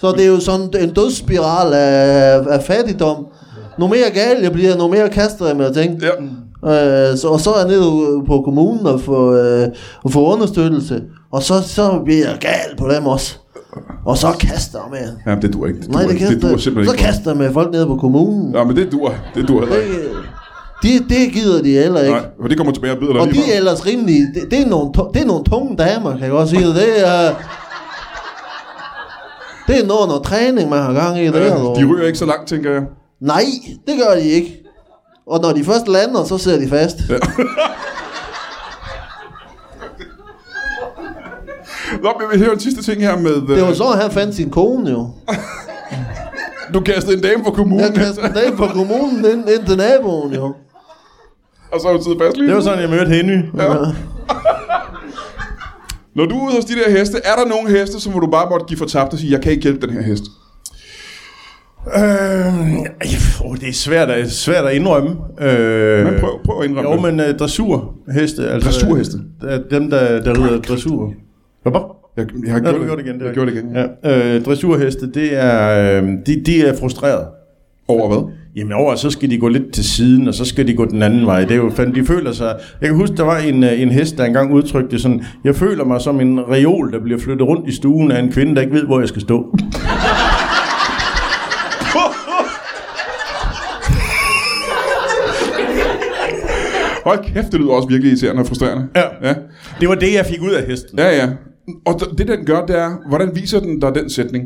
Speaker 3: så det er jo sådan en dødsspiral af, af fattigdom. Nu mere gal jeg bliver, nu mere kaster jeg med ting.
Speaker 2: ja.
Speaker 3: Øh, så, og så er jeg nede på kommunen og få, øh, og få understøttelse. Og så, så bliver jeg gal på dem også. Og så kaster jeg med.
Speaker 2: Jamen, det dur ikke. Det dur,
Speaker 3: Nej, det
Speaker 2: ikke. det
Speaker 3: kaster,
Speaker 2: dur simpelthen
Speaker 3: så
Speaker 2: ikke.
Speaker 3: kaster jeg med folk nede på kommunen.
Speaker 2: Ja, men det dur. Det dur heller ikke.
Speaker 3: Det, det, det gider de heller ikke.
Speaker 2: Nej, for det kommer tilbage og bider dig
Speaker 3: Og
Speaker 2: lige
Speaker 3: de er
Speaker 2: meget.
Speaker 3: ellers rimelig... Det, det, er nogle, tu- det er nogle tunge damer, kan jeg godt sige. Det Det er... Det er noget, noget træning, man har gang i. Det
Speaker 2: Ja,
Speaker 3: her, du.
Speaker 2: de ryger ikke så langt, tænker jeg.
Speaker 3: Nej, det gør de ikke. Og når de først lander, så sidder de fast. Ja.
Speaker 2: Nå, men jeg vil høre en sidste ting her med...
Speaker 3: Det var
Speaker 2: Øh,
Speaker 3: så, han fandt sin kone jo.
Speaker 2: du kastede en dame fra
Speaker 3: Jeg
Speaker 2: kommunen,
Speaker 3: kastede den af på kommunen ind, ind til naboen jo.
Speaker 2: og så har du siddet fast lige
Speaker 4: Det var
Speaker 2: nu.
Speaker 4: sådan, jeg mødte Henny. Ja.
Speaker 2: Når du er ude hos de der heste, er der nogen heste, som hvor du bare måtte give for tabt og sige, jeg kan ikke hjælpe den her hest?
Speaker 4: Øh, øh, det er svært at, svært at indrømme. Øh,
Speaker 2: Men prøv, prøv at indrømme
Speaker 4: Jo,
Speaker 2: det.
Speaker 4: men øh, dressurheste. Altså,
Speaker 2: Dressurheste?
Speaker 4: Øh, dem, der, der rider dressur. Hvad?
Speaker 2: Jeg, jeg har
Speaker 4: Ja,
Speaker 2: gjort,
Speaker 4: du gjorde det igen.
Speaker 2: Jeg gjorde det igen. Ja.
Speaker 4: Ja. Øh, dressurheste, det er, øh, de, de er frustreret.
Speaker 2: Over hvad?
Speaker 4: Jamen over, så skal de gå lidt til siden, og så skal de gå den anden vej. Det er jo fandme, de føler sig... Jeg kan huske, der var en, øh, en hest, der engang udtrykte det sådan, jeg føler mig som en reol, der bliver flyttet rundt i stuen af en kvinde, der ikke ved, hvor jeg skal stå.
Speaker 2: Hold kæft, det lyder også virkelig irriterende og frustrerende.
Speaker 4: Ja.
Speaker 2: Ja,
Speaker 4: Det var det, jeg fik ud af hesten.
Speaker 2: ja. ja. Og d- det, den gør, det er, hvordan viser den dig den sætning?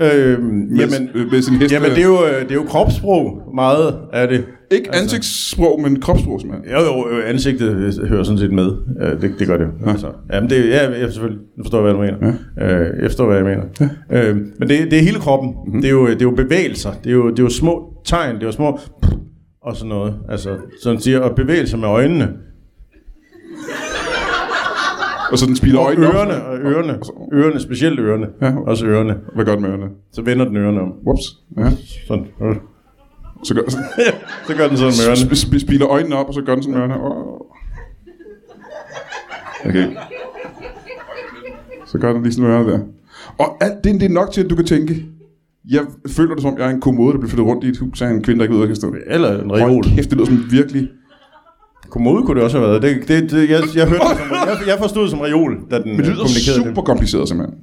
Speaker 4: Øhm,
Speaker 2: Med,
Speaker 4: jamen,
Speaker 2: øh, med sin hest.
Speaker 4: jamen det, er jo, øh, det er jo kropssprog, meget af det.
Speaker 2: Ikke altså. ansigtssprog, men kropssprog, simpelthen.
Speaker 4: Jo, jo, øh, ansigtet øh, hører sådan set med. Øh, det, det gør det jo. Ja. Altså, jamen, det, ja, jeg selvfølgelig. Nu forstår jeg, hvad du mener. Ja. Øh, jeg forstår, hvad jeg mener. Ja. Øh, men det, det er hele kroppen. Mm-hmm. Det, er jo, det er jo bevægelser. Det er jo, det er jo små tegn. Det er jo små... Og sådan noget. Altså, sådan siger, og bevægelser med øjnene.
Speaker 2: Og så den spiller
Speaker 4: Og
Speaker 2: øjnene. op.
Speaker 4: ørerne, og ørerne. Ørerne, specielt ørerne.
Speaker 2: Ja.
Speaker 4: Ja. Også ørerne.
Speaker 2: Hvad gør den med ørerne?
Speaker 4: Så vender den ørerne om.
Speaker 2: Whoops. Ja.
Speaker 4: Sådan. Øh.
Speaker 2: Så gør, så,
Speaker 4: Så gør den sådan med ørerne.
Speaker 2: sp- sp- spiller øjnene op, og så gør den sådan med ørerne. Åh. Okay. Så gør den lige sådan med ørerne der. Og alt det, det er nok til, at du kan tænke, jeg føler det som, om jeg er en kommode, der bliver flyttet rundt i et hus af en kvinde, der ikke ved, hvor jeg kan stå.
Speaker 4: Eller øh, en reol.
Speaker 2: Hold kæft, det lyder som virkelig...
Speaker 4: Kommode kunne det også have været. Det, det, det, jeg, jeg, hørte det som, jeg, jeg forstod det som reol, da den
Speaker 2: Men det
Speaker 4: øh,
Speaker 2: lyder
Speaker 4: kommunikerede det.
Speaker 2: super kompliceret, simpelthen.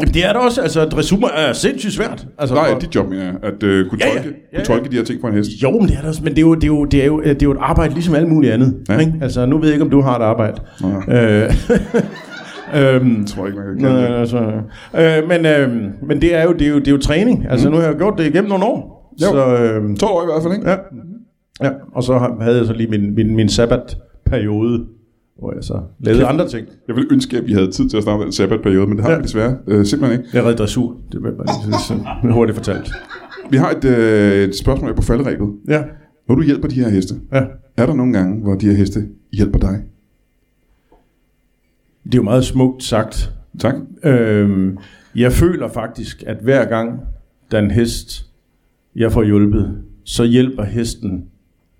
Speaker 4: Jamen, det er det også. Altså, dressur er sindssygt svært. Altså,
Speaker 2: Nej,
Speaker 4: for-
Speaker 2: dit job, mener jeg, at øh, kunne,
Speaker 4: Ja, ja.
Speaker 2: tolke,
Speaker 4: Ja, ja.
Speaker 2: kunne tolke de her ting på en hest.
Speaker 4: Jo, men det er det også. Men det er jo, det er jo, det er jo, det er jo et arbejde, ligesom alt muligt andet.
Speaker 2: Ja.
Speaker 4: Ja. Ikke? Altså, nu ved jeg ikke, om du har et arbejde.
Speaker 2: Nej.
Speaker 4: Øh, øhm,
Speaker 2: Jeg tror ikke, man kan kalde
Speaker 4: nej,
Speaker 2: det.
Speaker 4: altså, øh, men, øh, men det er jo, det er jo, det er jo træning. Altså, mm. nu har jeg jo gjort det igennem nogle år.
Speaker 2: Mhm. Jo.
Speaker 4: Så, øh,
Speaker 2: 12 år i hvert fald, ikke?
Speaker 4: ja. ja. Og så har- havde jeg så lige min, min, min sabbatperiode, hvor jeg så lavede andre ting.
Speaker 2: Jeg ville ønske, at vi havde tid til at starte den sabbatperiode, men det har
Speaker 4: Ja.
Speaker 2: vi desværre øh, simpelthen ikke.
Speaker 4: Jeg red dressur. Det var bare lige sådan, sådan hurtigt fortalt.
Speaker 2: Vi har et, øh, et spørgsmål her på faldrebet.
Speaker 4: Ja.
Speaker 2: Når du hjælper de her heste,
Speaker 4: ja.
Speaker 2: er der nogle gange, hvor de her heste hjælper dig?
Speaker 4: Det er jo meget smukt sagt.
Speaker 2: Tak.
Speaker 4: Øhm, jeg føler faktisk, at hver gang der er en hest, jeg får hjulpet, så hjælper hesten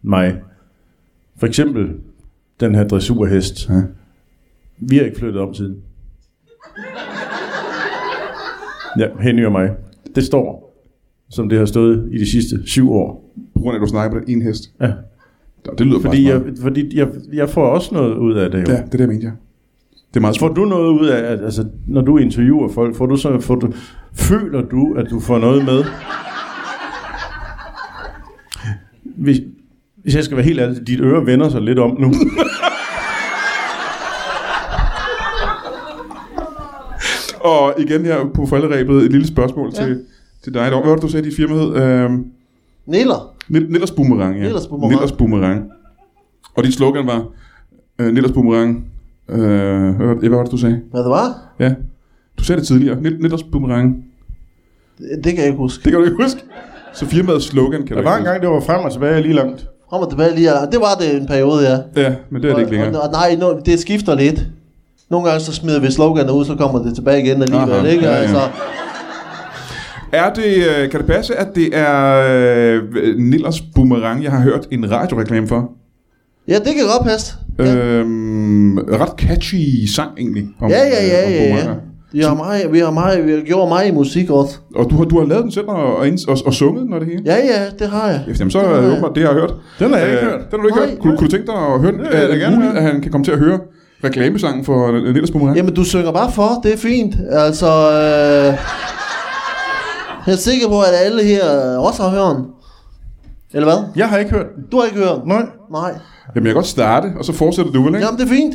Speaker 4: mig. For eksempel den her dressurhest.
Speaker 2: Ja.
Speaker 4: Vi har ikke flyttet om siden. Ja, Henny og mig. Det står, som det har stået i de sidste syv år.
Speaker 2: På grund af, at du snakker på den ene hest.
Speaker 4: Ja.
Speaker 2: Nå, Det lyder
Speaker 4: Fordi, øh,
Speaker 2: bare
Speaker 4: jeg,
Speaker 2: smart.
Speaker 4: fordi jeg, jeg får også noget ud af det jo.
Speaker 2: Ja, det er det, jeg mente jeg. Det er meget
Speaker 4: Får
Speaker 2: smart.
Speaker 4: du noget ud af, at- altså, når du interviewer folk, får du så, får du, føler du, at du får noget med? Hvis, hvis jeg skal være helt ærlig, dit øre vender sig lidt om nu.
Speaker 2: Og igen her på forældreræbet et lille spørgsmål ja. til, til dig. Dog. Hvad var det, du sagde, dit firma hed? Øhm,
Speaker 3: Niller.
Speaker 2: Nill- Nillers Boomerang, ja.
Speaker 3: Nillers Boomerang.
Speaker 2: Nillers Boomerang. Og dit slogan var, øh, Nillers Boomerang, øh, hvad, var det- hvad var det, du sagde?
Speaker 3: Hvad det var?
Speaker 2: Ja, du sagde det tidligere. Nill- Nillers Boomerang.
Speaker 3: Det, det kan jeg ikke huske.
Speaker 2: Det kan du ikke huske. Så firmaets slogan kan
Speaker 4: Der
Speaker 2: du
Speaker 4: var en
Speaker 2: ikke
Speaker 4: gang, det var frem og tilbage lige langt.
Speaker 3: Frem og tilbage lige. og Det var det en periode, ja.
Speaker 2: huske. Ja, men det er det ikke længere.
Speaker 3: Og, og, nej, no, det skifter lidt. Nogle gange så smider vi sloganet ud, så kommer det tilbage igen alligevel,
Speaker 2: Aha,
Speaker 3: ikke?
Speaker 2: ja, ja.
Speaker 3: Altså,
Speaker 2: Er det, øh, kan det passe, at det er øh, Nillers Boomerang, jeg har hørt en radioreklame for?
Speaker 3: ja, det kan godt passe.
Speaker 2: Øh,
Speaker 3: Ja.
Speaker 2: Øhm, ret catchy sang egentlig. Om,
Speaker 3: Ja, ja, ja,
Speaker 2: øh, om
Speaker 3: ja, ja.
Speaker 2: boomeranger.
Speaker 3: Vi har meget, vi har meget, vi har gjort meget i musik også.
Speaker 2: Og du har, du har lavet den selv og, og, inds- og, og sunget den og det hele?
Speaker 3: Ja, ja, det har jeg.
Speaker 2: Efter, jamen, så
Speaker 3: Det
Speaker 2: er
Speaker 3: har
Speaker 2: det
Speaker 3: jeg.
Speaker 2: åbenbart det, jeg har hørt.
Speaker 4: Den har jeg ikke hørt.
Speaker 2: Den har du ikke
Speaker 3: Nej.
Speaker 2: hørt. Øh, Kunne, kunne du tænke dig at høre den?
Speaker 4: vil jeg
Speaker 2: Er
Speaker 4: da
Speaker 2: det
Speaker 4: gerne
Speaker 2: muligt,
Speaker 4: høre.
Speaker 2: at han kan komme til at høre reklamesangen for øh, Niels Boomerang?
Speaker 3: Jamen, du synger bare for, det er fint. Altså, øh, jeg er sikker på, at alle her øh, også har hørt den. Eller hvad?
Speaker 4: Jeg har ikke hørt den.
Speaker 3: Du har ikke hørt den?
Speaker 4: Nej.
Speaker 3: Nej.
Speaker 2: Jamen, jeg kan godt starte, og så fortsætter du, vel, ikke?
Speaker 3: Jamen, det er fint.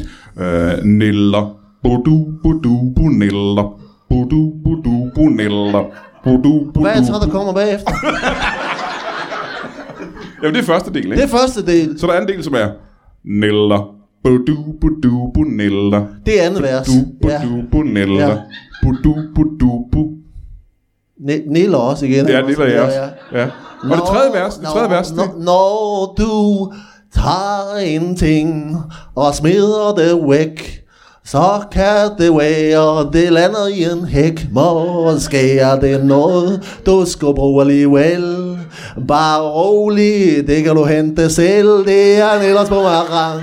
Speaker 2: Øh, Niller, bodu, bodu, boniller, bodu, bodu, boniller, bodu, bodu.
Speaker 3: Hvad er det så, der kommer bagefter?
Speaker 2: Jamen, det er første del, ikke?
Speaker 3: Det er første del.
Speaker 2: Så er der anden del, som er Niller, bodu, bodu, boniller,
Speaker 3: Det er andet vers.
Speaker 2: du,
Speaker 3: Ja.
Speaker 2: bodu, boniller,
Speaker 3: Ja.
Speaker 2: bodu, bodu, bu.
Speaker 3: Ne- Niller også igen.
Speaker 2: Ja, det er jeg også. Ja. Og det tredje vers, det tredje vers, det,
Speaker 3: Når, når du tager en ting og smider det væk, så kan det være, det lander i en hæk. Måske er det noget, du skal bruge alligevel. Bare rolig, det kan du hente selv. Det er en ellers boomerang.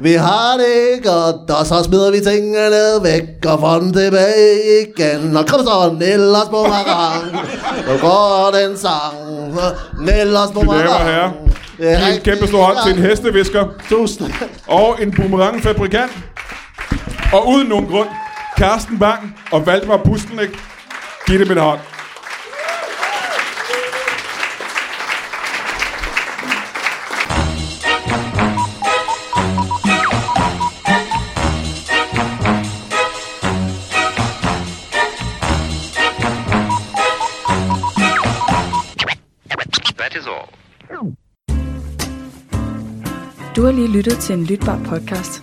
Speaker 3: Vi har det godt, og så smider vi tingene væk og får dem tilbage igen. Og kom så, Nellers boomerang. Nu går den sang. Nellers boomerang.
Speaker 2: damer og herrer,
Speaker 3: Det er
Speaker 2: en
Speaker 3: rigtig
Speaker 2: kæmpe stor hånd til en
Speaker 3: godt.
Speaker 2: hestevisker
Speaker 3: Tusind.
Speaker 2: og en boomerangfabrikant. Og uden nogen grund, Carsten Bang og Valdemar Pustelnik. Giv dem en hånd.
Speaker 5: That is all.
Speaker 6: Du har lige lyttet til en lytbar podcast.